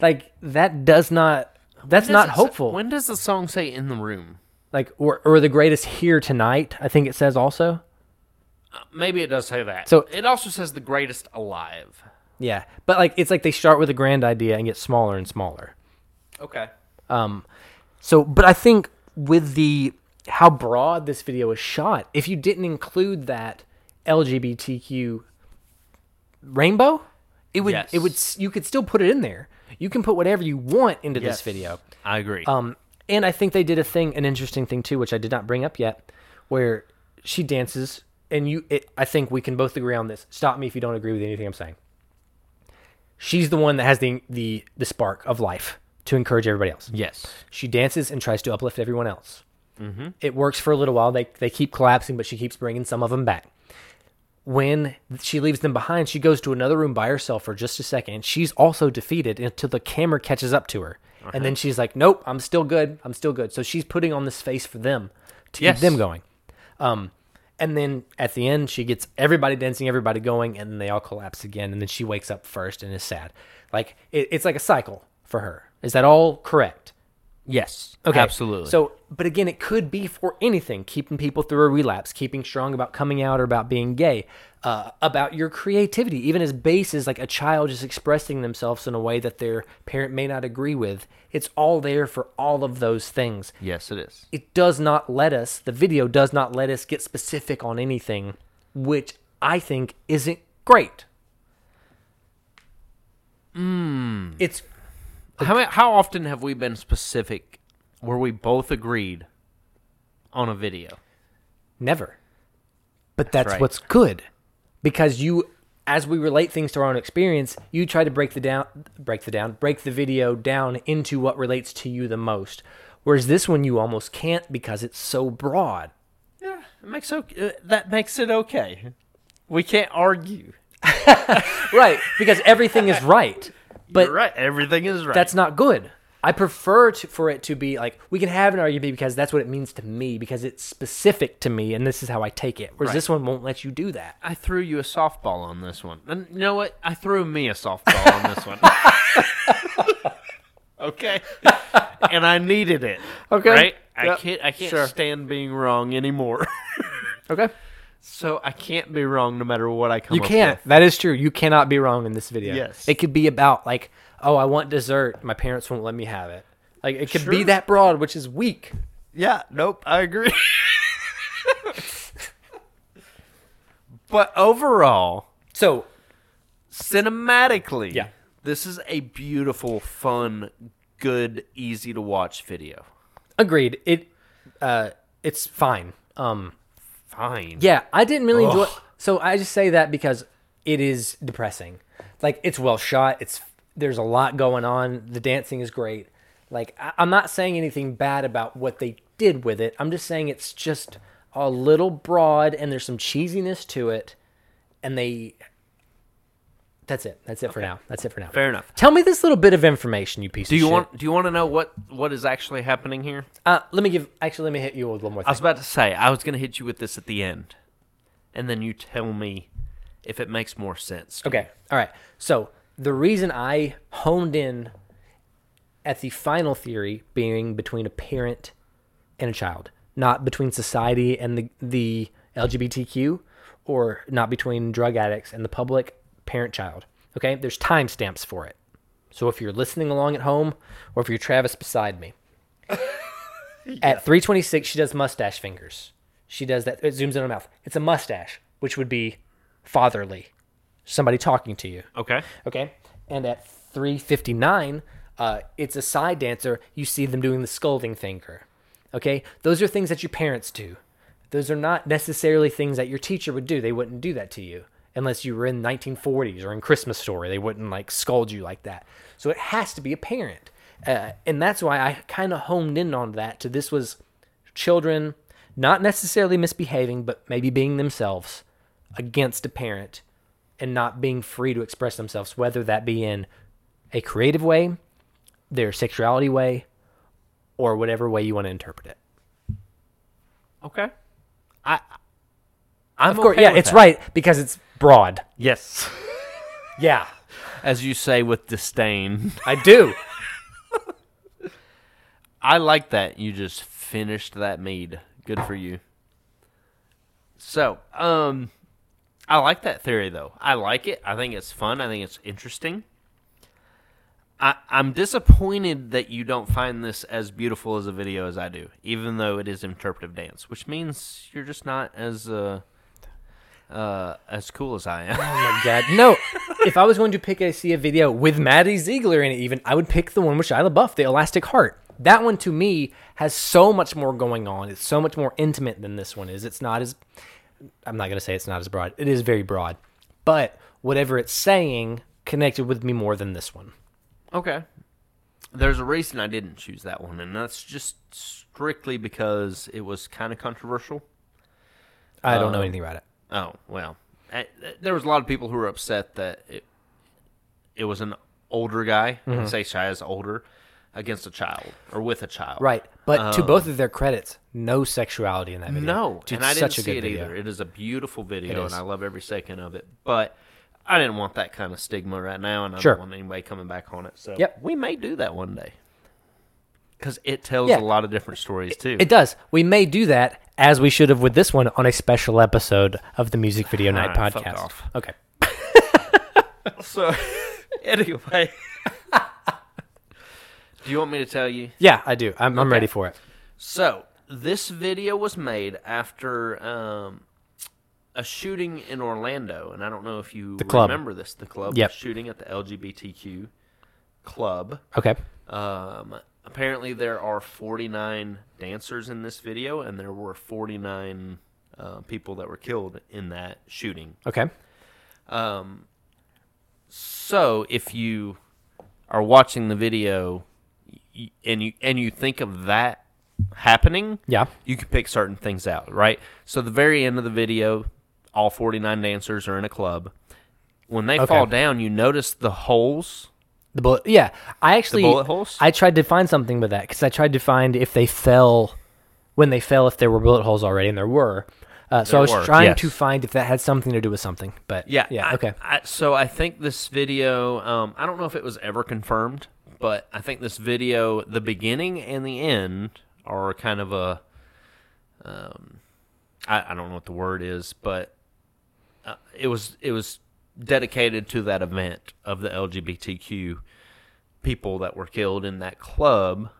Speaker 2: like that does not. That's
Speaker 1: When does
Speaker 2: not
Speaker 1: it-
Speaker 2: hopeful.
Speaker 1: When does the song say in the room?
Speaker 2: like or or the greatest here tonight. I think it says also.
Speaker 1: Maybe it does say that.
Speaker 2: So-
Speaker 1: it also says the greatest alive.
Speaker 2: Yeah, but like it's like they start with a grand idea and get smaller and smaller.
Speaker 1: Okay.
Speaker 2: Um, so, but I think with the how broad this video is shot, if you didn't include that LGBTQ rainbow, it would
Speaker 1: Yes.
Speaker 2: it would s- you could still put it in there. You can put whatever you want into this video.
Speaker 1: I agree.
Speaker 2: Um, and I think they did a thing, an interesting thing too, which I did not bring up yet, where she dances, and you. It, I think we can both agree on this. Stop me if you don't agree with anything I'm saying. She's the one that has the the the spark of life to encourage everybody else.
Speaker 1: yes.
Speaker 2: She dances and tries to uplift everyone else. It works for a little while. They, they keep collapsing, but she keeps bringing some of them back. When she leaves them behind, she goes to another room by herself for just a second. And she's also defeated until the camera catches up to her. And then she's like, nope, I'm still good. I'm still good. So she's putting on this face for them to
Speaker 1: Yes.
Speaker 2: keep them going. Um, and then at the end, she gets everybody dancing, everybody going, and then they all collapse again. And then she wakes up first and is sad. Like, it, it's like a cycle for her. Is that all correct?
Speaker 1: Yes.
Speaker 2: Okay.
Speaker 1: Absolutely.
Speaker 2: So, but again, it could be for anything keeping people through a relapse, keeping strong about coming out or about being gay, uh, about your creativity, even as base as like a child just expressing themselves in a way that their parent may not agree with. It's all there for all of those things.
Speaker 1: yes, it is.
Speaker 2: It does not let us, the video does not let us get specific on anything, which I think isn't great.
Speaker 1: Hmm.
Speaker 2: Mm. It's
Speaker 1: How ma- how often have we been specific where we both agreed on a video?
Speaker 2: Never. But that's,
Speaker 1: right.
Speaker 2: what's good. Because you as we relate things to our own experience, you try to break the down break the down, break the video down into what relates to you the most. Whereas this one you almost can't because it's so broad.
Speaker 1: Yeah, it makes okay, uh, that makes it okay. We can't argue.
Speaker 2: Right, because everything is right. But
Speaker 1: You're right. Everything is right.
Speaker 2: that's not good. I prefer to, for it to be like we can have an argument because that's what it means to me because it's specific to me and this is how I take it. Whereas
Speaker 1: Right.
Speaker 2: this one won't let you do that.
Speaker 1: I threw you a softball on this one. And you know what? I threw me a softball on this one. okay. and I needed it.
Speaker 2: Okay.
Speaker 1: Right? I
Speaker 2: Yep.
Speaker 1: can't I can't
Speaker 2: Sure.
Speaker 1: stand being wrong anymore.
Speaker 2: Okay,
Speaker 1: so I can't be wrong no matter what I come
Speaker 2: you
Speaker 1: up
Speaker 2: can't.
Speaker 1: with.
Speaker 2: That is true. You cannot be wrong in this video.
Speaker 1: Yes.
Speaker 2: it could be about like, oh, I want dessert. My parents won't let me have it. Like it could be
Speaker 1: Sure.
Speaker 2: that broad, which is weak.
Speaker 1: Yeah, nope, I agree. but overall,
Speaker 2: So
Speaker 1: cinematically,
Speaker 2: Yeah.
Speaker 1: this is a beautiful, fun, good, easy to watch video.
Speaker 2: agreed. It, uh, it's fine. Um,
Speaker 1: Fine.
Speaker 2: Yeah, I didn't really enjoy.
Speaker 1: Ugh.
Speaker 2: So I just say that because it is depressing. Like it's well shot. It's there's a lot going on. The dancing is great. Like I, I'm not saying anything bad about what they did with it. I'm just saying it's just a little broad and there's some cheesiness to it. And they. That's it. That's it for now. That's it for now.
Speaker 1: Fair enough.
Speaker 2: Tell me this little bit of information, you piece
Speaker 1: Do
Speaker 2: of
Speaker 1: you
Speaker 2: shit.
Speaker 1: want? Do you want to know what what is actually happening here?
Speaker 2: Uh, let me give. Actually, let me hit you with one more
Speaker 1: I
Speaker 2: thing.
Speaker 1: was about to say I was going to hit you with this at the end, and then you tell me if it makes more sense.
Speaker 2: Okay. All right. So the reason I honed in at the final theory being between a parent and a child, not between society and the the LGBTQ, or not between drug addicts and the public, parent child. Okay. There's timestamps for it. So if you're listening along at home, or if you're Travis beside me, at 326 she does mustache fingers. She does that. It zooms in her mouth. It's a mustache, which would be fatherly, somebody talking to you.
Speaker 1: Okay.
Speaker 2: Okay. And at 359, uh, it's a side dancer. You see them doing the scolding finger. Okay. Those are things that your parents do. Those are not necessarily things that your teacher would do. They wouldn't do that to you unless you were in 1940s or in Christmas story. They wouldn't like scold you like that. So it has to be a parent. Uh, and that's why I kind of honed in on that to this was children not necessarily misbehaving, but maybe being themselves against a parent and not being free to express themselves, whether that be in a creative way, their sexuality way, or whatever way you want to interpret it.
Speaker 1: Okay. I. I'm
Speaker 2: Of course,
Speaker 1: okay
Speaker 2: yeah,
Speaker 1: with
Speaker 2: it's
Speaker 1: that.
Speaker 2: right because it's broad.
Speaker 1: Yes,
Speaker 2: Yeah,
Speaker 1: as you say with disdain.
Speaker 2: I do.
Speaker 1: I like that you just finished that mead. Good for you. So, um I like that theory though. I like it. I think it's fun. I think it's interesting. I I'm disappointed that you don't find this as beautiful as a video as I do, even though it is interpretive dance, which means you're just not as uh uh as cool as I am.
Speaker 2: Oh my god, no! If I was going to pick a see a video with Maddie Ziegler in it, even I would pick the one with Shia LaBeouf, the Elastic Heart. That one to me has so much more going on. It's so much more intimate than this one is. It's not as I'm not gonna say it's not as broad. It is very broad, but whatever it's saying connected with me more than this one.
Speaker 1: Okay. There's a reason I didn't choose that one, and that's just strictly because it was kind of controversial.
Speaker 2: I don't know anything about it.
Speaker 1: Oh well, I, there was a lot of people who were upset that it it was an older guy,
Speaker 2: Mm-hmm.
Speaker 1: say Shia's older, against a child or with a child.
Speaker 2: Right, but to both of their credits, no sexuality in that video.
Speaker 1: Oh. No,
Speaker 2: Dude,
Speaker 1: and I didn't
Speaker 2: such a
Speaker 1: see
Speaker 2: good
Speaker 1: it
Speaker 2: video.
Speaker 1: either. It is a beautiful video,
Speaker 2: is.
Speaker 1: and I love every second of it. But I didn't want that kind of stigma right now, and I
Speaker 2: Sure.
Speaker 1: don't want anybody coming back on it. So
Speaker 2: Yep.
Speaker 1: we may do that one day because it tells
Speaker 2: Yeah.
Speaker 1: a lot of different stories too.
Speaker 2: It does. We may do that as we should have with this one on a special episode of the Music Video Night
Speaker 1: right, Ah, fuck
Speaker 2: podcast.
Speaker 1: off.
Speaker 2: Okay.
Speaker 1: so anyway, do you want me to tell you?
Speaker 2: Yeah, I do. I'm, I'm ready for it.
Speaker 1: So this video was made after um, a shooting in Orlando, and I don't know if you
Speaker 2: club.
Speaker 1: remember this. The club
Speaker 2: Yep.
Speaker 1: was shooting at the LGBTQ club.
Speaker 2: Okay.
Speaker 1: Um, apparently, there are 49 dancers in this video, and there were 49 uh, people that were killed in that shooting. Um,
Speaker 2: Okay.
Speaker 1: So if you are watching the video y- and you and you think of that happening,
Speaker 2: Yeah.
Speaker 1: you can pick certain things out, right? So the very end of the video, all 49 dancers are in a club. When they fall down, you notice the holes
Speaker 2: The bullet. Yeah, I actually
Speaker 1: bullet holes?
Speaker 2: I tried to find something with that because I tried to find if they fell when they fell if there were bullet holes already, and there were. Uh, so
Speaker 1: There
Speaker 2: I was
Speaker 1: were,
Speaker 2: trying
Speaker 1: yes.
Speaker 2: to find if that had something to do with something, but
Speaker 1: Yeah.
Speaker 2: yeah,
Speaker 1: I-
Speaker 2: okay.
Speaker 1: I, so I think this video, um, I don't know if it was ever confirmed, but I think this video, the beginning and the end are kind of a, um, I, I don't know what the word is, but uh, it was it was dedicated to that event of the LGBTQ people that were killed in that club.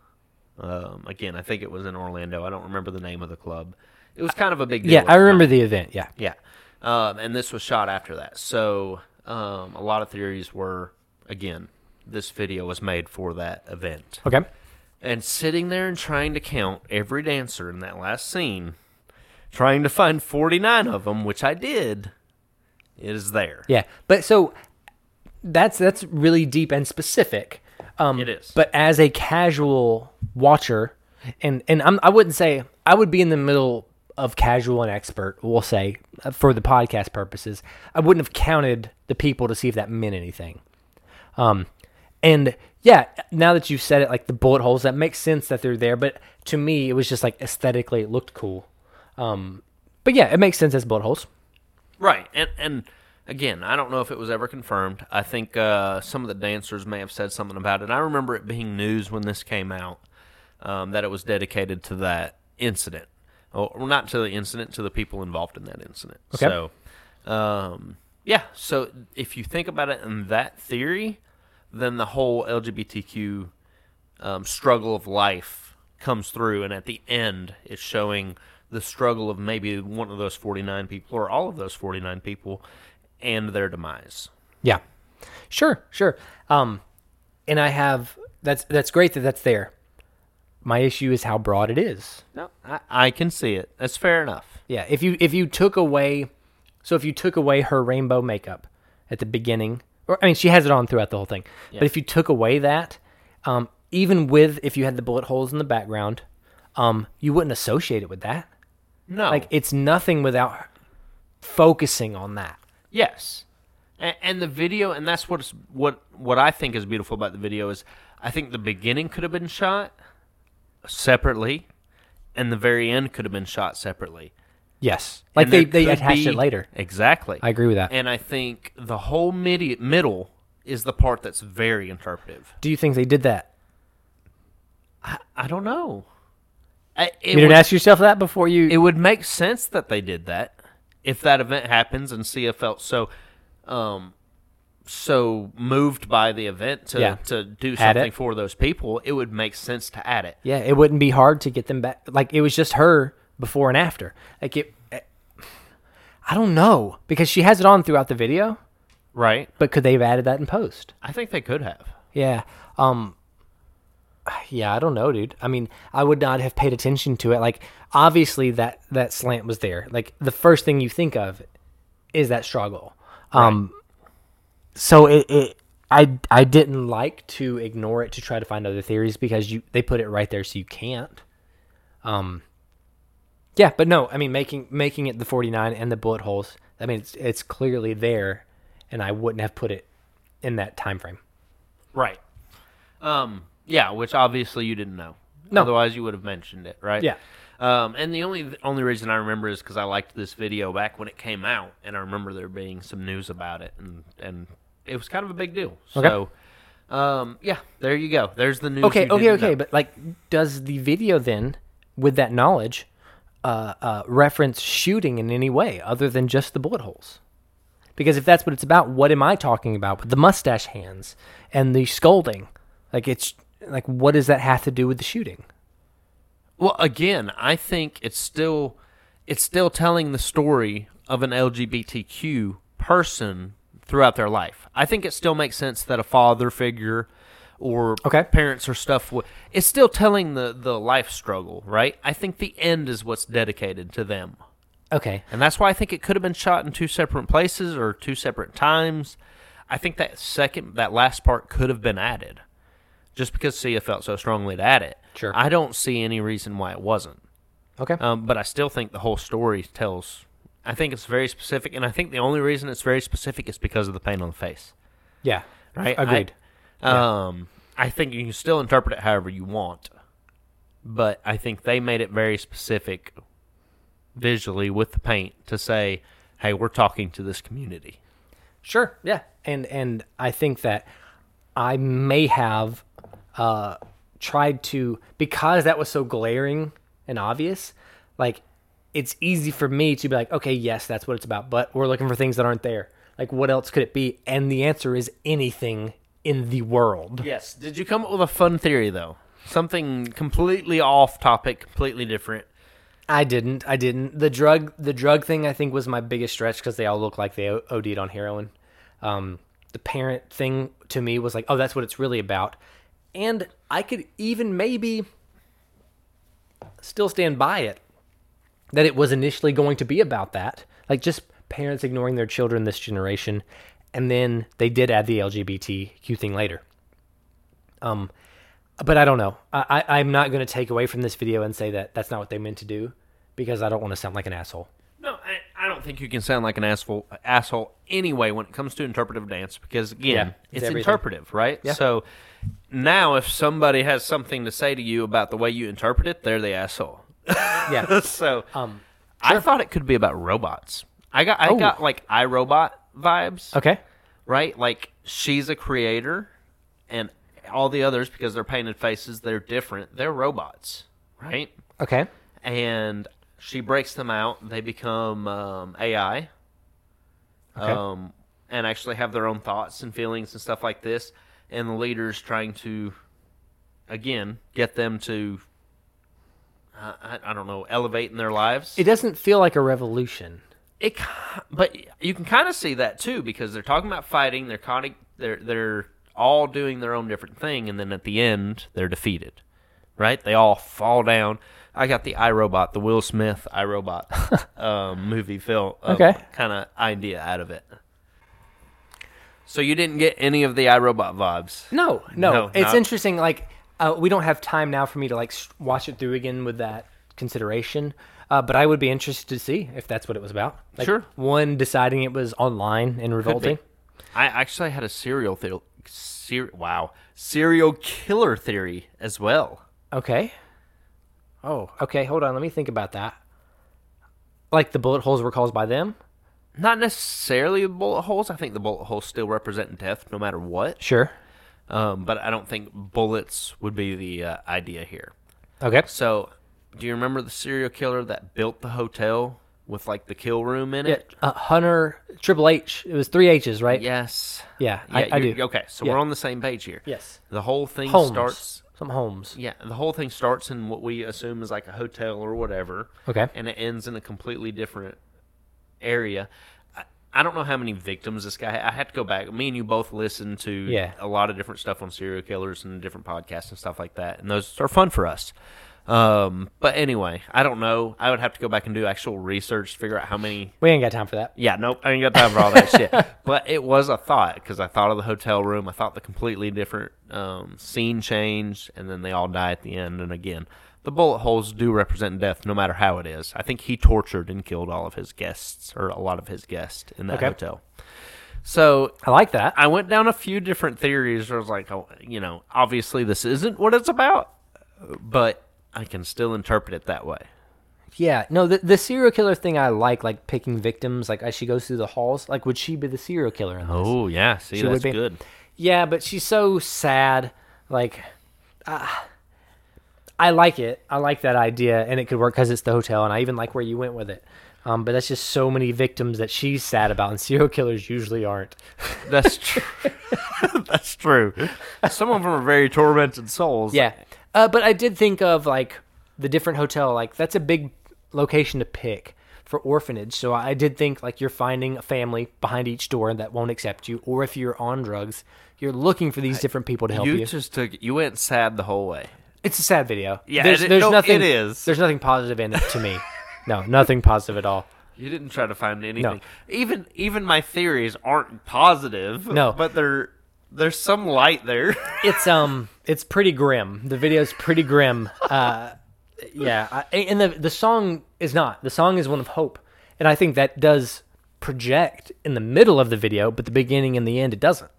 Speaker 1: Um, again, I think it was in Orlando. I don't remember the name of the club. It was kind of a big deal.
Speaker 2: Yeah,
Speaker 1: at
Speaker 2: I
Speaker 1: the time.
Speaker 2: remember the event. Yeah,
Speaker 1: Yeah. Um, and this was shot after that. So um, a lot of theories were, again, this video was made for that event.
Speaker 2: okay.
Speaker 1: And sitting there and trying to count every dancer in that last scene, trying to find 49 of them, which I did, it is there.
Speaker 2: Yeah, but so that's that's really deep and specific. Um,
Speaker 1: It is.
Speaker 2: But as a casual watcher, and and I'm, I wouldn't say I would be in the middle of casual and expert. We'll say uh, for the podcast purposes, I wouldn't have counted the people to see if that meant anything. Um, and yeah, now that you've said it, like the bullet holes, that makes sense that they're there. But to me, it was just like aesthetically, it looked cool. Um, but yeah, it makes sense as bullet holes.
Speaker 1: Right. And, and again, I don't know if it was ever confirmed. I think uh, some of the dancers may have said something about it. I remember it being news when this came out um, that it was dedicated to that incident. Or well, not to the incident, to the people involved in that incident.
Speaker 2: Okay.
Speaker 1: So, um, yeah. So if you think about it in that theory, then the whole LGBTQ um, struggle of life comes through, and at the end, it's showing the struggle of maybe one of those 49 people or all of those 49 people and their demise.
Speaker 2: Yeah, sure, sure. Um, and I have that's that's great that that's there. My issue is how broad it is.
Speaker 1: No, I, I can see it. That's fair enough.
Speaker 2: Yeah, if you if you took away, so if you took away her rainbow makeup at the beginning, or I mean, she has it on throughout the whole thing. But if you took away that, um, even with if you had the bullet holes in the background, um, you wouldn't associate it with that.
Speaker 1: No,
Speaker 2: Like it's nothing without focusing on that.
Speaker 1: Yes, and, and the video, and that's what's what what I think is beautiful about the video is I think the beginning could have been shot separately, and the very end could have been shot separately.
Speaker 2: Yes, like
Speaker 1: And
Speaker 2: they
Speaker 1: there
Speaker 2: they
Speaker 1: could
Speaker 2: attached it
Speaker 1: be-
Speaker 2: later.
Speaker 1: Exactly,
Speaker 2: I agree with that.
Speaker 1: And I think the whole midi- middle is the part that's very interpretive.
Speaker 2: Do you think they did that?
Speaker 1: I don't know. I, it,
Speaker 2: You didn't
Speaker 1: would,
Speaker 2: ask yourself that before you.
Speaker 1: it would make sense that they did that if that event happens and Sia felt so, um, so moved by the event to,
Speaker 2: Yeah.
Speaker 1: to do
Speaker 2: Add it.
Speaker 1: something for those people. It would make sense to add it.
Speaker 2: Yeah, it wouldn't be hard to get them back. Like it was just her before and after. Like it, eh, I don't know because she has it on throughout the video,
Speaker 1: Right.
Speaker 2: but could they have added that in post?
Speaker 1: I think they could have.
Speaker 2: Yeah. Um yeah, I don't know, dude. I mean, I would not have paid attention to it. Like obviously that that slant was there. Like the first thing you think of is that struggle. Um so it, it I I didn't like to ignore it to try to find other theories because you they put it right there so you can't. Um yeah, but no, I mean making making it the 49 and the bullet holes. I mean, it's it's clearly there and I wouldn't have put it in that time frame.
Speaker 1: Right. Um, yeah, which obviously you didn't know.
Speaker 2: No.
Speaker 1: Otherwise, you would have mentioned it, right?
Speaker 2: Yeah.
Speaker 1: Um, and the only only reason I remember is because I liked this video back when it came out, and I remember there being some news about it, and and it was kind of a big deal.
Speaker 2: Okay.
Speaker 1: So, um, yeah, there you go. There's the news.
Speaker 2: okay
Speaker 1: you
Speaker 2: okay
Speaker 1: didn't
Speaker 2: okay
Speaker 1: know.
Speaker 2: but like does the video then with that knowledge uh, uh, reference shooting in any way other than just the bullet holes because if that's what it's about what am i talking about with the mustache hands and the scolding like it's like what does that have to do with the shooting
Speaker 1: Well, again, I think it's still it's still telling the story of an LGBTQ person throughout their life. I think it still makes sense that a father figure or
Speaker 2: Okay.
Speaker 1: parents or stuff w- it's still telling the the life struggle, right? I think the end is what's dedicated to them.
Speaker 2: okay
Speaker 1: And that's why I think it could have been shot in two separate places or two separate times. I think that second, that last part could have been added just because Sia felt so strongly to add it.
Speaker 2: Sure.
Speaker 1: I don't see any reason why it wasn't.
Speaker 2: okay
Speaker 1: Um, but I still think the whole story tells. I think it's very specific. And I think the only reason it's very specific is because of the pain on the face.
Speaker 2: yeah
Speaker 1: Right?
Speaker 2: agreed
Speaker 1: I- Um, I think you can still interpret it however you want, but I think they made it very specific visually with the paint to say, "Hey, we're talking to this community."
Speaker 2: Sure. Yeah. And and I think that I may have uh, tried to because that was so glaring and obvious. Like it's easy for me to be like, okay, yes, that's what it's about, but we're looking for things that aren't there. Like what else could it be? And the answer is anything in the world.
Speaker 1: Yes. Did you come up with a fun theory though? Something completely off topic, completely different.
Speaker 2: I didn't. I didn't. The drug the drug thing I think was my biggest stretch because they all look like they O- OD'd on heroin. Um, the parent thing to me was like, oh, that's what it's really about, and I could even maybe still stand by it that it was initially going to be about that, like just parents ignoring their children this generation, and then they did add the LGBTQ thing later but I don't know. I, I, I'm not going to take away from this video and say that that's not what they meant to do because I don't want to sound like an asshole.
Speaker 1: No, I, I don't think you can sound like an asshole asshole anyway when it comes to interpretive dance because again,
Speaker 2: Yeah, it's
Speaker 1: it's,
Speaker 2: everything.
Speaker 1: interpretive, right? So now if somebody has something to say to you about the way you interpret it, they're the asshole.
Speaker 2: Yeah.
Speaker 1: so
Speaker 2: Um,
Speaker 1: I thought it could be about robots. I got I got like iRobot vibes,
Speaker 2: Oh. okay.
Speaker 1: right? Like she's a creator and all the others because they're painted faces, they're different. They're robots, right?
Speaker 2: Okay.
Speaker 1: and she breaks them out. They become um, AI,
Speaker 2: Okay.
Speaker 1: um, and actually have their own thoughts and feelings and stuff like this. And the leader's trying to, again, get them to, uh, I, I don't know, elevate in their lives.
Speaker 2: It doesn't feel like a revolution.
Speaker 1: It, ki- but you can kind of see that too because they're talking about fighting. They're kind of they're they're all doing their own different thing, and then at the end they're defeated, right? They all fall down. I got the iRobot, the Will Smith iRobot um, movie film
Speaker 2: Okay.
Speaker 1: kind of idea out of it. So you didn't get any of the iRobot vibes.
Speaker 2: No, no.
Speaker 1: No,
Speaker 2: it's
Speaker 1: not-
Speaker 2: interesting. Like, uh, we don't have time now for me to like s- watch it through again with that consideration. Uh, but I would be interested to see if that's what it was about. Like,
Speaker 1: Sure.
Speaker 2: One deciding it was online and revolting.
Speaker 1: I actually had a serial theory. Ser- wow, serial killer theory as well.
Speaker 2: Okay. Oh, okay. Hold on. Let me think about that. Like the bullet holes were caused by them.
Speaker 1: not necessarily the bullet holes. I think the bullet holes still represent death, no matter what.
Speaker 2: Sure.
Speaker 1: Um, but I don't think bullets would be the uh, idea here.
Speaker 2: Okay.
Speaker 1: So, do you remember the serial killer that built the hotel with like the kill room in
Speaker 2: Yeah,
Speaker 1: it?
Speaker 2: uh, Hunter Triple H. It was three H's, right?
Speaker 1: Yes.
Speaker 2: Yeah, I,
Speaker 1: Yeah,
Speaker 2: I do.
Speaker 1: you're- Okay, so
Speaker 2: Yeah.
Speaker 1: we're on the same page here.
Speaker 2: Yes.
Speaker 1: The whole thing
Speaker 2: Homes.
Speaker 1: starts.
Speaker 2: Some homes.
Speaker 1: Yeah, the whole thing starts in what we assume is like a hotel or whatever.
Speaker 2: Okay.
Speaker 1: And it ends in a completely different area. I, I don't know how many victims this guy had. I had to go back. Me and you both listened to
Speaker 2: Yeah.
Speaker 1: a lot of different stuff on serial killers and different podcasts and stuff like that. And those are fun for us. Um, but anyway, I don't know. I would have to go back and do actual research to figure out how many
Speaker 2: We ain't got time for that.
Speaker 1: yeah, nope, I ain't got time for all that shit. But it was a thought because I thought of the hotel room. I thought the completely different um, scene change, and then they all die at the end. And again, the bullet holes do represent death, no matter how it is. I think he tortured and killed all of his guests, or a lot of his guests, in that
Speaker 2: Okay.
Speaker 1: hotel. So
Speaker 2: I like that.
Speaker 1: I went down a few different theories. Where I was like, oh, you know, obviously this isn't what it's about, but I can still interpret it that way.
Speaker 2: Yeah. No, the, the serial killer thing I like, like picking victims, like as she goes through the halls, like would she be the serial killer in this?
Speaker 1: Oh yeah, see
Speaker 2: would
Speaker 1: that's
Speaker 2: be.
Speaker 1: good.
Speaker 2: Yeah, but she's so sad. Like, ah, I like it. I like that idea, and it could work because it's the hotel, and I even like where you went with it. Um, but that's just so many victims that she's sad about, and serial killers usually aren't.
Speaker 1: That's true. That's true. Some of them are very tormented souls.
Speaker 2: Yeah. Uh, but I did think of like the different hotel. Like that's a big location to pick for orphanage. So I did think like you're finding a family behind each door that won't accept you, or if you're on drugs, you're looking for these different people to help you.
Speaker 1: You just took you went sad the whole way.
Speaker 2: it's a sad video.
Speaker 1: Yeah,
Speaker 2: there's,
Speaker 1: it-
Speaker 2: there's
Speaker 1: no,
Speaker 2: nothing.
Speaker 1: it is.
Speaker 2: There's nothing positive in it to me. no, nothing positive at all.
Speaker 1: You didn't try to find anything. Even even my theories aren't positive.
Speaker 2: No.
Speaker 1: But they're there's some light there.
Speaker 2: It's um, it's pretty grim. The video's pretty grim. Uh, yeah, I, and the the song is not. The song is one of hope, and I think that does project in the middle of the video, but the beginning and the end it doesn't.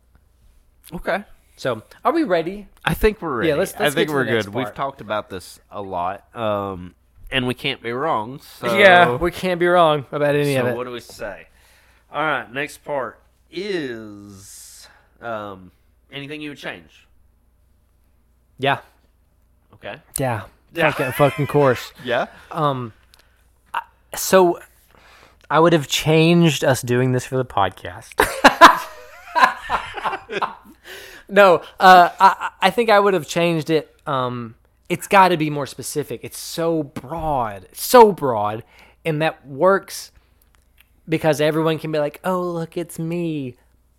Speaker 1: okay.
Speaker 2: So, are we ready?
Speaker 1: I think we're ready.
Speaker 2: Yeah, let's-
Speaker 1: I
Speaker 2: let's
Speaker 1: think
Speaker 2: get to
Speaker 1: we're
Speaker 2: the next
Speaker 1: good.
Speaker 2: part.
Speaker 1: We've talked about this a lot, um, and we can't be wrong. So
Speaker 2: Uh, we can't be wrong about any of
Speaker 1: so
Speaker 2: it.
Speaker 1: what do we say? All right, next part is um, anything you would change.
Speaker 2: yeah,
Speaker 1: Okay.
Speaker 2: yeah,
Speaker 1: Yeah.
Speaker 2: Fuck that fucking course.
Speaker 1: Yeah.
Speaker 2: Um, I, so I would have changed us doing this for the podcast. no, uh, I, I think I would have changed it. Um, it's got to be more specific. It's so broad, so broad, and that works because everyone can be like, "Oh, look, it's me."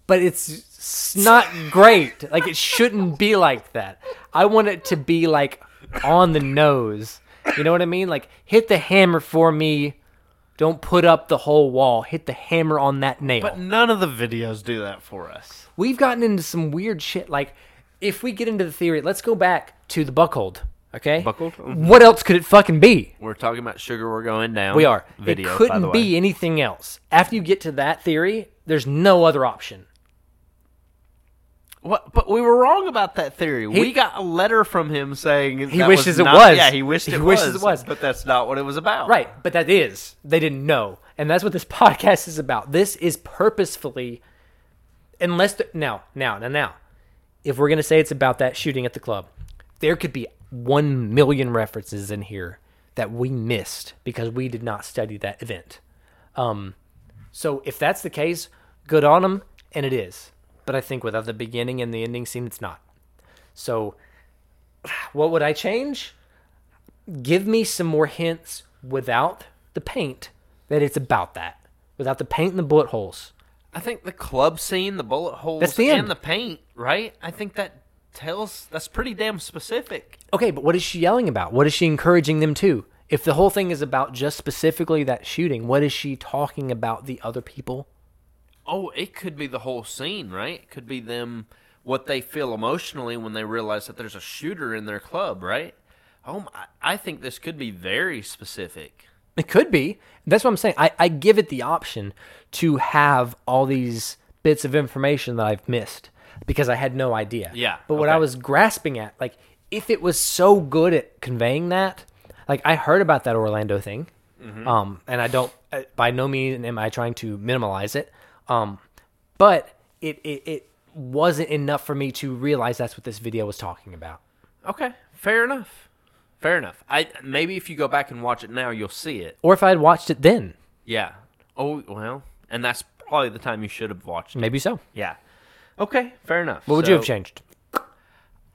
Speaker 2: But it's s- not great. Like it shouldn't be like that. I want it to be like on the nose. You know what I mean? Like hit the hammer for me. Don't put up the whole wall. Hit the hammer on that nail.
Speaker 1: But none of the videos do that for us.
Speaker 2: We've gotten into some weird shit. Like if we get into the theory, let's go back to the buckhold. Okay.
Speaker 1: Buckled? Mhm.
Speaker 2: What else could it fucking be?
Speaker 1: We're talking about sugar. We're going down.
Speaker 2: We are.
Speaker 1: Video.
Speaker 2: it
Speaker 1: Oh, by
Speaker 2: couldn't
Speaker 1: the way.
Speaker 2: be anything else. After you get to that theory, there's no other option.
Speaker 1: What? But we were wrong about that theory. we got a letter from him saying he
Speaker 2: wishes it was.
Speaker 1: Yeah, he wished
Speaker 2: He
Speaker 1: it
Speaker 2: wishes
Speaker 1: was.
Speaker 2: it was.
Speaker 1: But that's not what it was about.
Speaker 2: Right, but that is. They didn't know. And that's what this podcast is about. This is purposefully unless the, now, now, now, now. If we're going to say it's about that shooting at the club, there could be 1 million references in here that we missed because we did not study that event. Um so if that's the case, good on them and it is. But I think without the beginning and the ending scene it's not. So what would I change? give me some more hints without the paint that it's about that. Without the paint and the bullet holes.
Speaker 1: I think the club scene, the bullet holes,
Speaker 2: That's the end.
Speaker 1: and the paint. Right. I think that tells. That's pretty damn specific.
Speaker 2: Okay, but what is she yelling about? What is she encouraging them to? If the whole thing is about just specifically that shooting, what is she talking about the other people?
Speaker 1: Oh, it could be the whole scene. Right. It could be them. What they feel emotionally when they realize that there's a shooter in their club. Right. Oh, my, I think this could be very specific.
Speaker 2: It could be. That's what I'm saying. I, I give it the option to have all these bits of information that I've missed because I had no idea.
Speaker 1: Yeah,
Speaker 2: But what I
Speaker 1: okay.
Speaker 2: was grasping at, like, if it was so good at conveying that, like, I heard about that Orlando thing.
Speaker 1: Mm-hmm.
Speaker 2: Um, and I don't, I- by no means am I trying to minimalize it. Um, but it, it, it wasn't enough for me to realize that's what this video was talking about.
Speaker 1: Okay, fair enough. Fair enough. I maybe if you go back and watch it now, you'll see it.
Speaker 2: Or if I had watched it then,
Speaker 1: Yeah. Oh well, and that's probably the time you should have watched. it.
Speaker 2: maybe so.
Speaker 1: Yeah. Okay, fair enough.
Speaker 2: What would you have changed?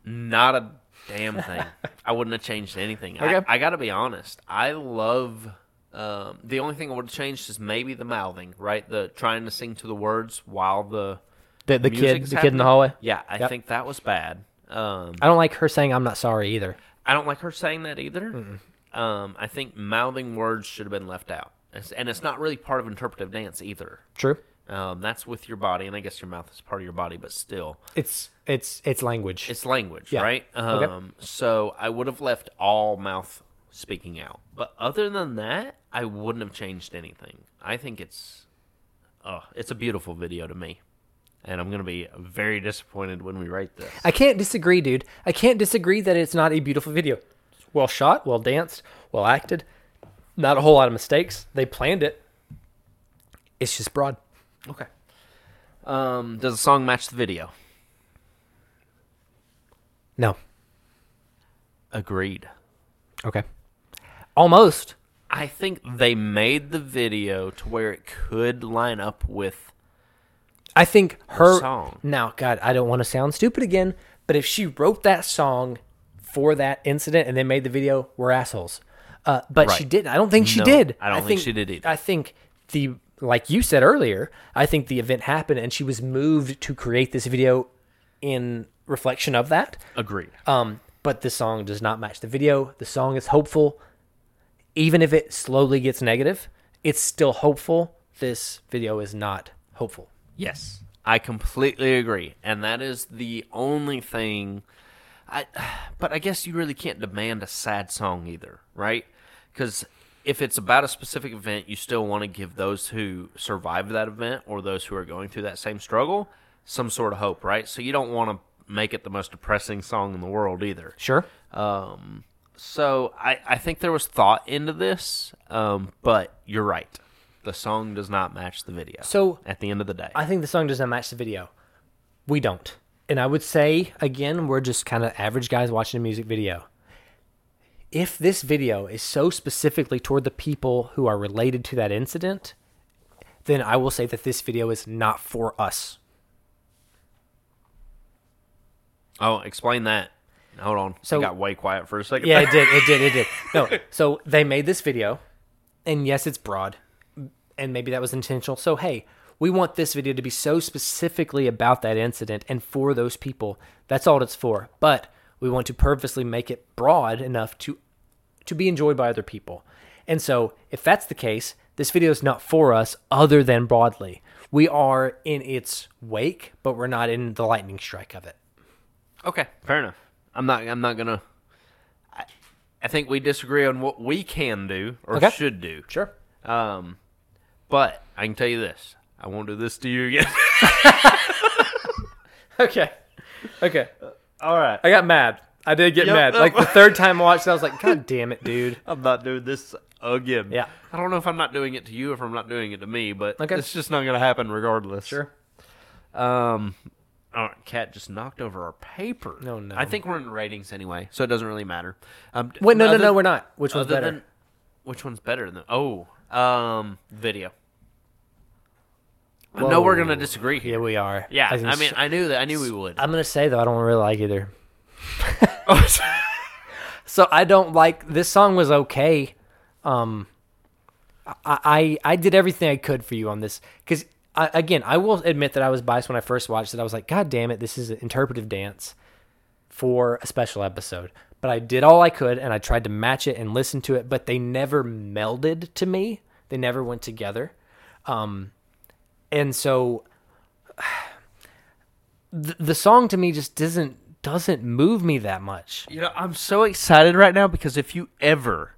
Speaker 1: Not a damn thing. I wouldn't have changed anything.
Speaker 2: Okay.
Speaker 1: I, I got to be honest. I love. Um, the only thing I would have changed is maybe the mouthing, right? The trying to sing to the words while the
Speaker 2: The, the kid,
Speaker 1: music's
Speaker 2: the kid in the
Speaker 1: happening.
Speaker 2: hallway?
Speaker 1: Yeah, I
Speaker 2: Yep.
Speaker 1: think that was bad. Um,
Speaker 2: I don't like her saying I'm not sorry either.
Speaker 1: I don't like her saying that either. Um, I think mouthing words should have been left out, It's- and it's not really part of interpretive dance either.
Speaker 2: True.
Speaker 1: Um, that's with your body, and I guess your mouth is part of your body, but still,
Speaker 2: It's it's it's language.
Speaker 1: it's language,
Speaker 2: Yeah.
Speaker 1: right? Um,
Speaker 2: Okay.
Speaker 1: So I would have left all mouth speaking out, but other than that, I wouldn't have changed anything. I think it's, oh, it's a beautiful video to me, and I'm gonna be very disappointed when we rate this.
Speaker 2: I can't disagree, dude. I can't disagree that it's not a beautiful video. It's well shot, well danced, well acted. Not a whole lot of mistakes. They planned it. It's just broad.
Speaker 1: Okay. Um, does the song match the video?
Speaker 2: No.
Speaker 1: Agreed.
Speaker 2: Okay. Almost.
Speaker 1: I think they made the video to where it could line up with.
Speaker 2: I think her
Speaker 1: song.
Speaker 2: Now, God, I don't want to sound stupid again, but if she wrote that song for that incident and then made the video, we're assholes. Uh, but she
Speaker 1: Right.
Speaker 2: didn't. I don't think she
Speaker 1: No,
Speaker 2: did.
Speaker 1: I don't think she did either.
Speaker 2: I think the like you said earlier. I think the event happened and she was moved to create this video in reflection of that.
Speaker 1: Agreed.
Speaker 2: Um, but the song does not match the video. The song is hopeful, even if it slowly gets negative. It's still hopeful. This video is not hopeful.
Speaker 1: Yes, I completely agree, and that is the only thing. I, but I guess you really can't demand a sad song either, right? Because if it's about a specific event, you still want to give those who survived that event or those who are going through that same struggle some sort of hope, right? So you don't want to make it the most depressing song in the world either.
Speaker 2: Sure.
Speaker 1: Um, so I, I think there was thought into this, um, but you're right. The song does not match the video.
Speaker 2: So
Speaker 1: at the end of the day,
Speaker 2: I think the song does not match the video. We don't. And I would say, again, we're just kind of average guys watching a music video. If this video is so specifically toward the people who are related to that incident, then I will say that this video is not for us.
Speaker 1: oh, explain that. Hold on,
Speaker 2: So-
Speaker 1: I got way quiet for a second.
Speaker 2: Yeah, it did. It did. It did. No. So they made this video, and yes, it's broad, and maybe that was intentional. So hey, we want this video to be so specifically about that incident and for those people. That's all it's for. But we want to purposely make it broad enough to to be enjoyed by other people. And so, if that's the case, this video is not for us other than broadly. We are in its wake, but we're not in the lightning strike of it.
Speaker 1: Okay, fair enough. I'm not. I'm not gonna. I, I think we disagree on what we can do or
Speaker 2: Okay.
Speaker 1: should do.
Speaker 2: Sure.
Speaker 1: Um, but I can tell you this: I won't do this to you again.
Speaker 2: Okay. Okay.
Speaker 1: All right,
Speaker 2: I got mad. I did get
Speaker 1: Yep.
Speaker 2: mad. Like the third time I watched it, I was like, God damn it, dude.
Speaker 1: I'm not doing this again.
Speaker 2: Yeah.
Speaker 1: I don't know if I'm not doing it to you, or if I'm not doing it to me, but
Speaker 2: Okay.
Speaker 1: it's just not gonna happen regardless. Um. All right, Cat just knocked over our paper.
Speaker 2: No, no.
Speaker 1: I think we're in ratings anyway, so it doesn't really matter. Um,
Speaker 2: Wait, no, no,
Speaker 1: other-
Speaker 2: no, we're not. Which one's
Speaker 1: other
Speaker 2: better?
Speaker 1: than- which one's better than? Oh, um, video. I know we're gonna disagree
Speaker 2: yeah,
Speaker 1: here.
Speaker 2: we are.
Speaker 1: Yeah,
Speaker 2: was
Speaker 1: I
Speaker 2: gonna
Speaker 1: mean,
Speaker 2: s-
Speaker 1: I knew that. I knew we would.
Speaker 2: I'm gonna say though, I don't really like either. So I don't like this song was okay. Um, I I, I did everything I could for you on this because I, again I will admit that I was biased when I first watched it. I was like, God damn it, this is an interpretive dance for a special episode. But I did all I could and I tried to match it and listen to it, but they never melded to me. They never went together. Um, and so the, the song to me just doesn't doesn't move me that much.
Speaker 1: you know, I'm so excited right now because if you ever,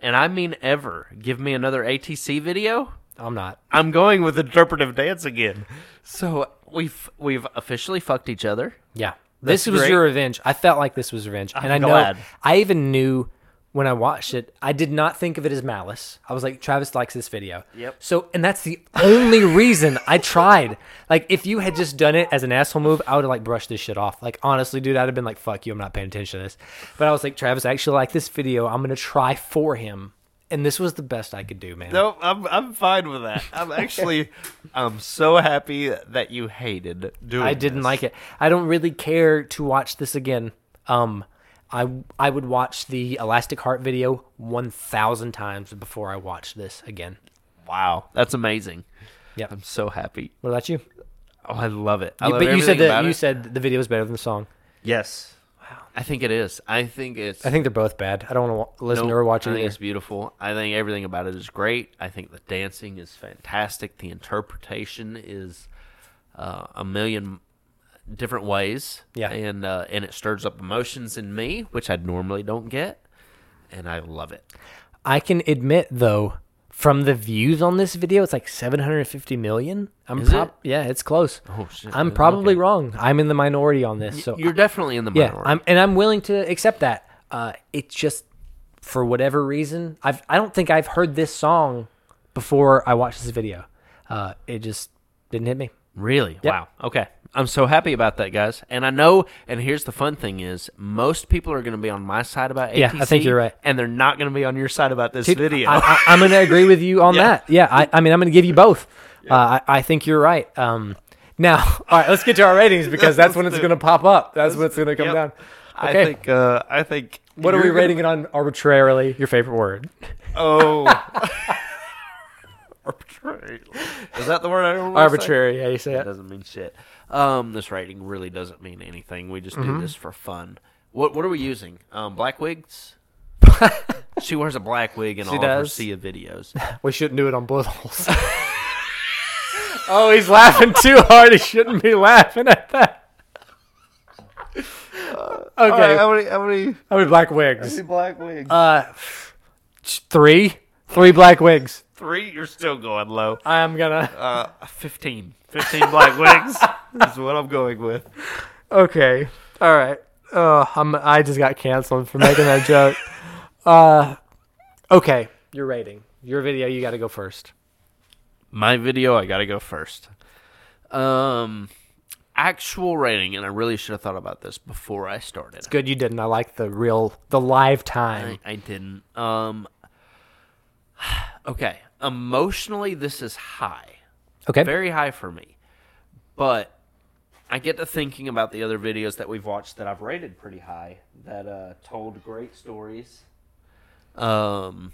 Speaker 1: and I mean ever, give me another ATC video,
Speaker 2: I'm not.
Speaker 1: I'm going with interpretive dance again. So we've we've officially fucked each other.
Speaker 2: Yeah.
Speaker 1: That's
Speaker 2: this was
Speaker 1: great.
Speaker 2: your revenge. I felt like this was revenge. and I know
Speaker 1: glad.
Speaker 2: I even knew when I watched it, I did not think of it as malice. I was like, Travis likes this video.
Speaker 1: Yep.
Speaker 2: So and that's the only reason I tried. Like if you had just done it as an asshole move, I would have like brushed this shit off. Like honestly, dude, I'd have been like, fuck you, I'm not paying attention to this. But I was like, Travis, I actually like this video. I'm gonna try for him. And this was the best I could do, man.
Speaker 1: No, I'm I'm fine with that. I'm actually I'm so happy that you hated doing.
Speaker 2: I didn't
Speaker 1: this.
Speaker 2: like it. I don't really care to watch this again. Um, I I would watch the Elastic Heart video one thousand times before I watch this again.
Speaker 1: Wow, that's amazing.
Speaker 2: Yeah.
Speaker 1: I'm so happy.
Speaker 2: What about you?
Speaker 1: Oh, I love it. I love
Speaker 2: but you
Speaker 1: everything
Speaker 2: said that
Speaker 1: about
Speaker 2: you
Speaker 1: it.
Speaker 2: said the video is better than the song.
Speaker 1: yes. Wow. I think it is. I think it's.
Speaker 2: I think they're both bad. I don't want to listen
Speaker 1: Nope.
Speaker 2: or watch
Speaker 1: I
Speaker 2: it.
Speaker 1: think
Speaker 2: either.
Speaker 1: it's beautiful. I think everything about it is great. I think the dancing is fantastic. The interpretation is uh, a million different ways.
Speaker 2: Yeah.
Speaker 1: and uh, and it stirs up emotions in me, which I normally don't get, and I love it.
Speaker 2: I can admit though, from the views on this video, it's like seven hundred fifty million. I'm
Speaker 1: Is
Speaker 2: prob- yeah, it's close.
Speaker 1: Oh, shit.
Speaker 2: I'm
Speaker 1: Okay.
Speaker 2: probably wrong. I'm in the minority on this. So
Speaker 1: You're definitely in the
Speaker 2: Yeah,
Speaker 1: minority.
Speaker 2: I'm, and I'm willing to accept that. Uh, it's just for whatever reason, I've I don't think I've heard this song before I watched this video. Uh, it just didn't hit me.
Speaker 1: Really? Wow. Okay. I'm so happy about that, guys. And I know. And here's the fun thing: is most people are going to be on my side about ATC.
Speaker 2: Yeah, I think you're right.
Speaker 1: And they're not going to be on your side about this video.
Speaker 2: I, I, I'm going to agree with you on that. Yeah, I, I mean, I'm going to give you both. Uh, I, I think you're right. Um, now, all right, let's get to our ratings because that's when it's going to pop up. That's when it's going to come
Speaker 1: Yep.
Speaker 2: down.
Speaker 1: I
Speaker 2: Okay.
Speaker 1: think. Uh, I think.
Speaker 2: What are
Speaker 1: you're
Speaker 2: we
Speaker 1: gonna-
Speaker 2: rating it on arbitrarily? Your favorite word?
Speaker 1: Oh. Arbitrary. Is that the word I don't
Speaker 2: Arbitrary. How you say
Speaker 1: That
Speaker 2: it?
Speaker 1: doesn't mean shit. Um, this rating really doesn't mean anything. We just
Speaker 2: Mm-hmm.
Speaker 1: do this for fun. What What are we using? Um, black wigs. she wears a black wig in all of her
Speaker 2: does.
Speaker 1: Sia videos.
Speaker 2: We shouldn't do it on bullet holes. oh, he's laughing too hard. He shouldn't be laughing at that. Okay,
Speaker 1: How many? How many?
Speaker 2: how many black wigs?
Speaker 1: black wigs?
Speaker 2: Uh, three, three black wigs.
Speaker 1: Three? You're still going low.
Speaker 2: I'm gonna.
Speaker 1: Uh, 15. 15 black wigs is what I'm going with.
Speaker 2: Okay. All right. Uh, I'm, I just got canceled for making that joke. Uh, okay. Your rating. Your video, you got to go first.
Speaker 1: my video i gotta go first um actual rating and i really should have thought about this before i started
Speaker 2: Good, you didn't. I like the real, the live time.
Speaker 1: I, I didn't um okay emotionally this is high
Speaker 2: Okay.
Speaker 1: very high for me but i get to thinking about the other videos that we've watched that i've rated pretty high that uh told great stories um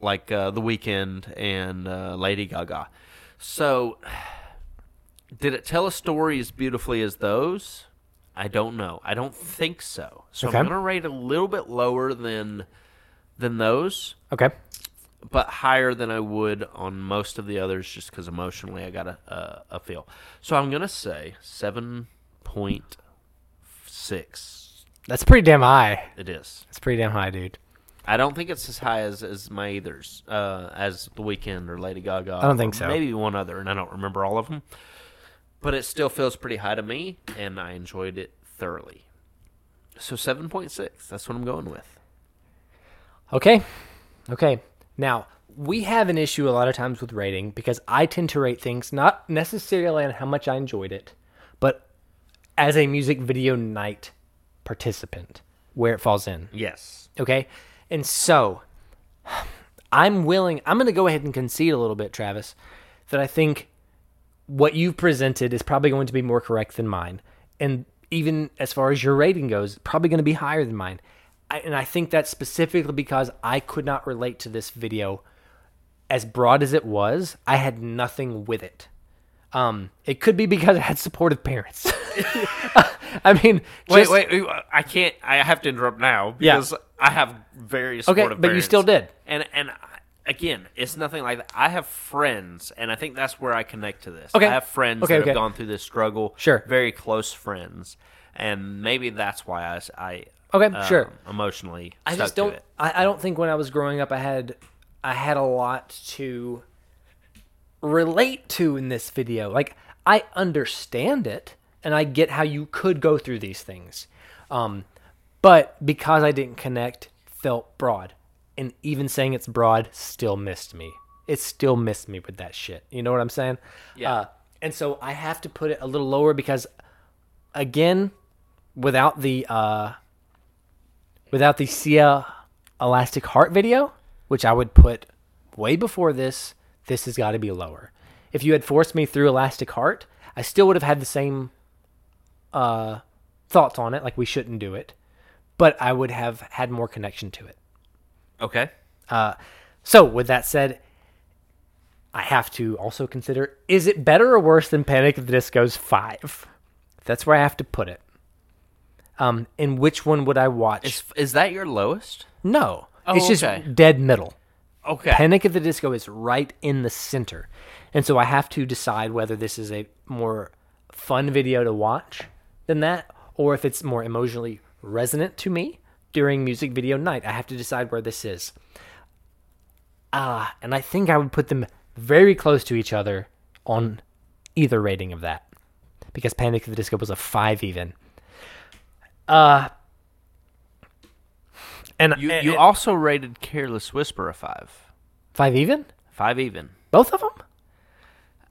Speaker 1: like uh, The Weeknd and uh, Lady Gaga. So, did it tell a story as beautifully as those? I don't know. I don't think so. So
Speaker 2: Okay.
Speaker 1: I'm gonna rate a little bit lower than than those,
Speaker 2: okay.
Speaker 1: but higher than I would on most of the others, just because emotionally I got a, a a feel. So I'm gonna say seven point six.
Speaker 2: That's pretty damn high.
Speaker 1: It is.
Speaker 2: That's pretty damn high, dude.
Speaker 1: I don't think it's as high as, as my either's, uh, as The Weeknd or Lady Gaga. I
Speaker 2: don't think so.
Speaker 1: Maybe one other, and I don't remember all of them. But it still feels pretty high to me, and I enjoyed it thoroughly. So 7.6, that's what I'm going with.
Speaker 2: Okay. Okay. Now, we have an issue a lot of times with rating because I tend to rate things not necessarily on how much I enjoyed it, but as a music video night participant, where it falls in.
Speaker 1: Yes.
Speaker 2: Okay. And so I'm willing, I'm going to go ahead and concede a little bit, Travis, that I think what you've presented is probably going to be more correct than mine. And even as far as your rating goes, probably going to be higher than mine. I, and I think that's specifically because I could not relate to this video as broad as it was. I had nothing with it. Um, it could be because I had supportive parents. I mean,
Speaker 1: Wait,
Speaker 2: just-
Speaker 1: wait, wait, I can't, I have to interrupt now
Speaker 2: Yeah.
Speaker 1: because I have very
Speaker 2: okay,
Speaker 1: supportive
Speaker 2: but you
Speaker 1: parents.
Speaker 2: still did.
Speaker 1: And, and I- again, it's nothing like that. I have friends, and I think that's where I connect to this.
Speaker 2: Okay.
Speaker 1: I have friends
Speaker 2: Okay,
Speaker 1: that
Speaker 2: okay.
Speaker 1: have gone through this struggle.
Speaker 2: Sure.
Speaker 1: Very close friends. And maybe that's why I, s- I, um,
Speaker 2: Okay, Oh,
Speaker 1: Uh,
Speaker 2: sure.
Speaker 1: emotionally
Speaker 2: I
Speaker 1: stuck
Speaker 2: just don't.
Speaker 1: to it.
Speaker 2: I, I don't think when I was growing up, I had I had a lot to relate to in this video. Like I understand it, and I get how you could go through these things, um, but because I didn't connect, felt broad, and even saying it's broad still missed me. It still missed me with that shit. You know what I'm saying?
Speaker 1: Yeah.
Speaker 2: Uh, and so I have to put it a little lower because, again, without the uh, without the Sia Elastic Heart video, which I would put way before this, this has got to be lower. If you had forced me through Elastic Heart, I still would have had the same uh, thoughts on it, like we shouldn't do it, but I would have had more connection to it.
Speaker 1: Okay.
Speaker 2: So, with that said, I have to also consider is it better or worse than Panic at the Disco's 5? That's where I have to put it. Um, and which one would I watch?
Speaker 1: Is, is that your lowest?
Speaker 2: no.
Speaker 1: Oh,
Speaker 2: it's just
Speaker 1: okay.
Speaker 2: dead middle.
Speaker 1: Okay.
Speaker 2: Panic at the Disco is right in the center. And so I have to decide whether this is a more fun video to watch than that or if it's more emotionally resonant to me during music video night. I have to decide where this is. Ah, and I think I would put them very close to each other on either rating of that because Panic at the Disco was a 5 even. Uh and
Speaker 1: you
Speaker 2: and-
Speaker 1: you also rated Careless Whisper a five.
Speaker 2: 5 even?
Speaker 1: Five even.
Speaker 2: Both of them?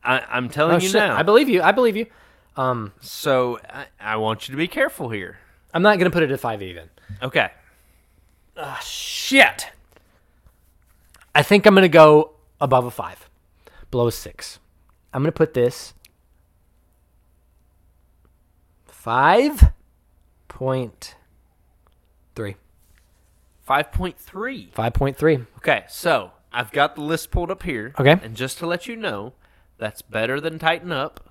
Speaker 1: I, I'm telling
Speaker 2: Oh,
Speaker 1: you
Speaker 2: shit.
Speaker 1: now.
Speaker 2: I believe you. I believe you. Um,
Speaker 1: so I, I want you to be careful here.
Speaker 2: I'm not gonna put it at five even.
Speaker 1: Okay.
Speaker 2: Shit. I think I'm gonna go above a five, below a six. I'm gonna put this five point three.
Speaker 1: 5.3.
Speaker 2: Five point three.
Speaker 1: Okay. So I've got the list pulled up here.
Speaker 2: Okay.
Speaker 1: And just to let you know, that's better than Tighten Up.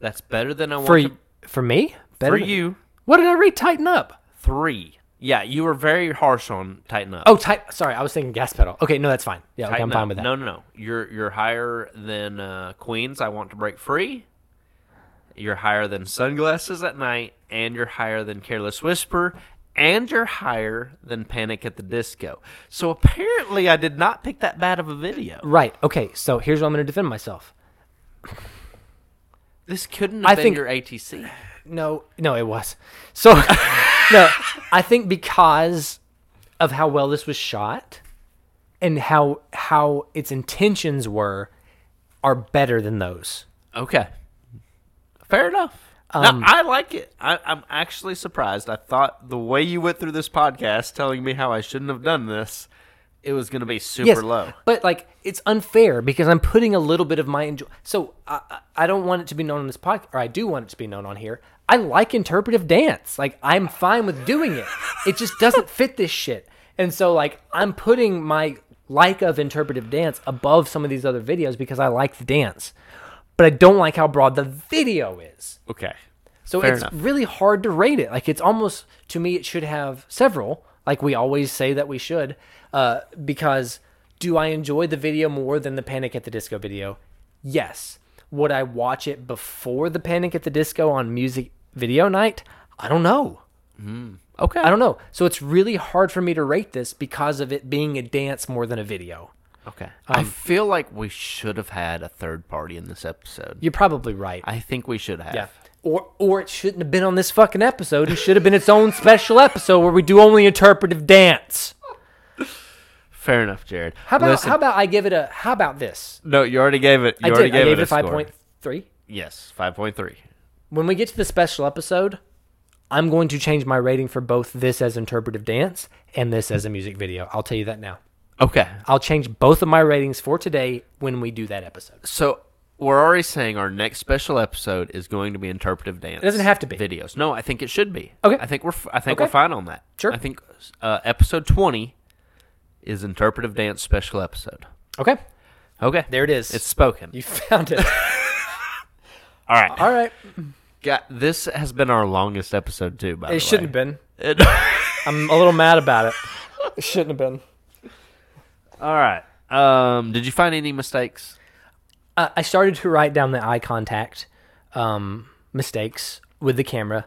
Speaker 1: That's better than I want
Speaker 2: For
Speaker 1: to,
Speaker 2: y- for me,
Speaker 1: for
Speaker 2: better than-
Speaker 1: you.
Speaker 2: What did I read? Tighten up.
Speaker 1: Three. Yeah, you were very harsh on Tighten Up.
Speaker 2: Oh, tight. Sorry, I was thinking gas pedal. Okay, no, that's fine. Yeah, okay, I'm
Speaker 1: Tighten
Speaker 2: fine
Speaker 1: up.
Speaker 2: with that.
Speaker 1: No, no, no. You're you're higher than uh, Queens. I want to break free. You're higher than sunglasses at night, and you're higher than Careless Whisper, and you're higher than Panic at the Disco. So apparently, I did not pick that bad of a video.
Speaker 2: Right. Okay. So here's what I'm gonna defend myself.
Speaker 1: This couldn't have
Speaker 2: I
Speaker 1: been
Speaker 2: think-
Speaker 1: your ATC.
Speaker 2: No, no, it was. So, no, I think because of how well this was shot and how how its intentions were are better than those.
Speaker 1: Okay. Fair enough.
Speaker 2: Um,
Speaker 1: now, I like it. I, I'm actually surprised. I thought the way you went through this podcast telling me how I shouldn't have done this, it was going to be super low.
Speaker 2: But like, it's unfair because I'm putting a little bit of my enjoy. So I, I- I don't want it to be known on this podcast, or I do want it to be known on here. I like interpretive dance. Like, I'm fine with doing it. It just doesn't fit this shit. And so, like, I'm putting my like of interpretive dance above some of these other videos because I like the dance, but I don't like how broad the video is.
Speaker 1: Okay.
Speaker 2: So
Speaker 1: Fair
Speaker 2: it's
Speaker 1: enough.
Speaker 2: really hard to rate it. Like it's almost to me, it should have several. Like we always say that we should, uh, because do I enjoy the video more than the Panic at the Disco video? Yes. Would I watch it before the Panic at the Disco on music video night? I don't know.
Speaker 1: Okay.
Speaker 2: I don't know. So it's really hard for me to rate this because of it being a dance more than a video.
Speaker 1: Okay.
Speaker 2: Um,
Speaker 1: I feel like we should have had a third party in this episode.
Speaker 2: You're probably right.
Speaker 1: I think we should have.
Speaker 2: Yeah. Or or it shouldn't have been on this fucking episode. It should have been its own special episode where we do only interpretive dance.
Speaker 1: Fair enough, Jared.
Speaker 2: How about
Speaker 1: Listen-
Speaker 2: how about I give it a how about this?
Speaker 1: No, you already gave it. You
Speaker 2: I
Speaker 1: already
Speaker 2: did.
Speaker 1: gave
Speaker 2: I
Speaker 1: it
Speaker 2: gave it,
Speaker 1: a
Speaker 2: five
Speaker 1: score.
Speaker 2: point three.
Speaker 1: Yes, five point three.
Speaker 2: When we get to the special episode, I'm going to change my rating for both this as interpretive dance and this as a music video. I'll tell you that now.
Speaker 1: Okay.
Speaker 2: I'll change both of my ratings for today when we do that episode.
Speaker 1: So we're already saying our next special episode is going to be interpretive dance. It
Speaker 2: doesn't have to be.
Speaker 1: videos. No, I think it should be.
Speaker 2: Okay.
Speaker 1: I think we're f- I think we're
Speaker 2: Okay.
Speaker 1: fine on that.
Speaker 2: Sure.
Speaker 1: I think uh, episode twenty is interpretive dance special episode.
Speaker 2: Okay.
Speaker 1: Okay.
Speaker 2: There it is.
Speaker 1: It's spoken.
Speaker 2: you found it.
Speaker 1: All right.
Speaker 2: All right.
Speaker 1: Got- this has been our longest episode too. By the way,
Speaker 2: It shouldn't have been.
Speaker 1: It-
Speaker 2: I'm a little mad about it. It shouldn't have been.
Speaker 1: All right. Um, did you find any mistakes?
Speaker 2: uh, I started to write down the eye contact um, mistakes with the camera,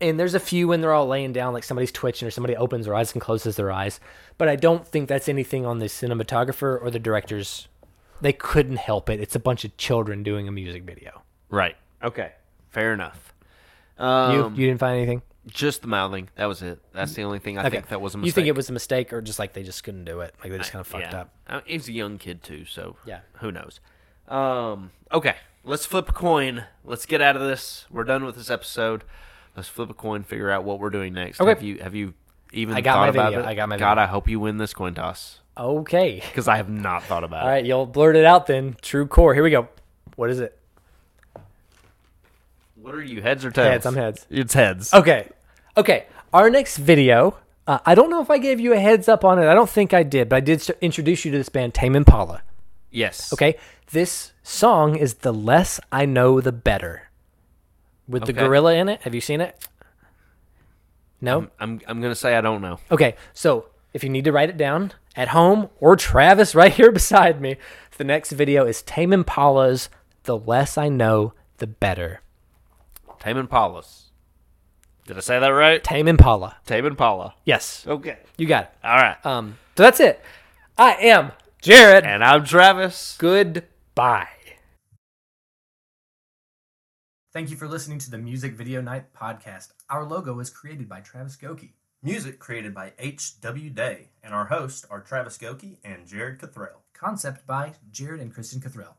Speaker 2: and there's a few when they're all laying down, like somebody's twitching or somebody opens their eyes and closes their eyes. But I don't think that's anything on the cinematographer or the directors. They couldn't help it. It's a bunch of children doing a music video.
Speaker 1: Right. Okay. Fair enough.
Speaker 2: You
Speaker 1: Um,
Speaker 2: you didn't find anything?
Speaker 1: Just the mouthing. That was it. That's the only thing I think that was a mistake.
Speaker 2: You think it was a mistake, or just like they just couldn't do it? Like they just kind of fucked
Speaker 1: yeah.
Speaker 2: up.
Speaker 1: Uh, He was a young kid too, so
Speaker 2: Yeah.
Speaker 1: who knows? Um, okay, let's flip a coin. Let's get out of this. We're done with this episode. Let's flip a coin. Figure out what we're doing next.
Speaker 2: Okay.
Speaker 1: Have you have you even
Speaker 2: I got
Speaker 1: thought
Speaker 2: my
Speaker 1: about it?
Speaker 2: video. I got my
Speaker 1: God,
Speaker 2: video.
Speaker 1: I hope you win this coin toss
Speaker 2: Okay.
Speaker 1: because I have not thought about
Speaker 2: All right, you'll blurt it out then. True core. Here we go. What is it?
Speaker 1: it. What are you heads or tails?
Speaker 2: Heads, I'm heads. Oh.
Speaker 1: It's heads.
Speaker 2: Okay. Okay. Our next video. Uh, I don't know if I gave you a heads up on it. I don't think I did, but I did s- introduce you to this band, Tame Impala.
Speaker 1: Yes.
Speaker 2: Okay. This song is "The Less I Know, The Better," with the
Speaker 1: Okay.
Speaker 2: gorilla in it. Have you seen it? No.
Speaker 1: I'm I'm gonna say I don't know.
Speaker 2: Okay, so if you need to write it down at home or Travis right here beside me, the next video is Tame Impala's "The Less I Know, The Better."
Speaker 1: Tame Impala. Did I say that right?
Speaker 2: Tame Impala.
Speaker 1: Tame Impala.
Speaker 2: Yes,
Speaker 1: Okay.
Speaker 2: you got it.
Speaker 1: All right.
Speaker 2: Um, so that's it. I am Jared.
Speaker 1: and I'm Travis.
Speaker 2: Goodbye. Thank you for listening to the Music Video Night podcast. Our logo was created by Travis Goki.
Speaker 3: Music created by H.W. Day, and our hosts are Travis Goki and Jared Cathrell.
Speaker 2: Concept by Jared and Kristen Cathrell.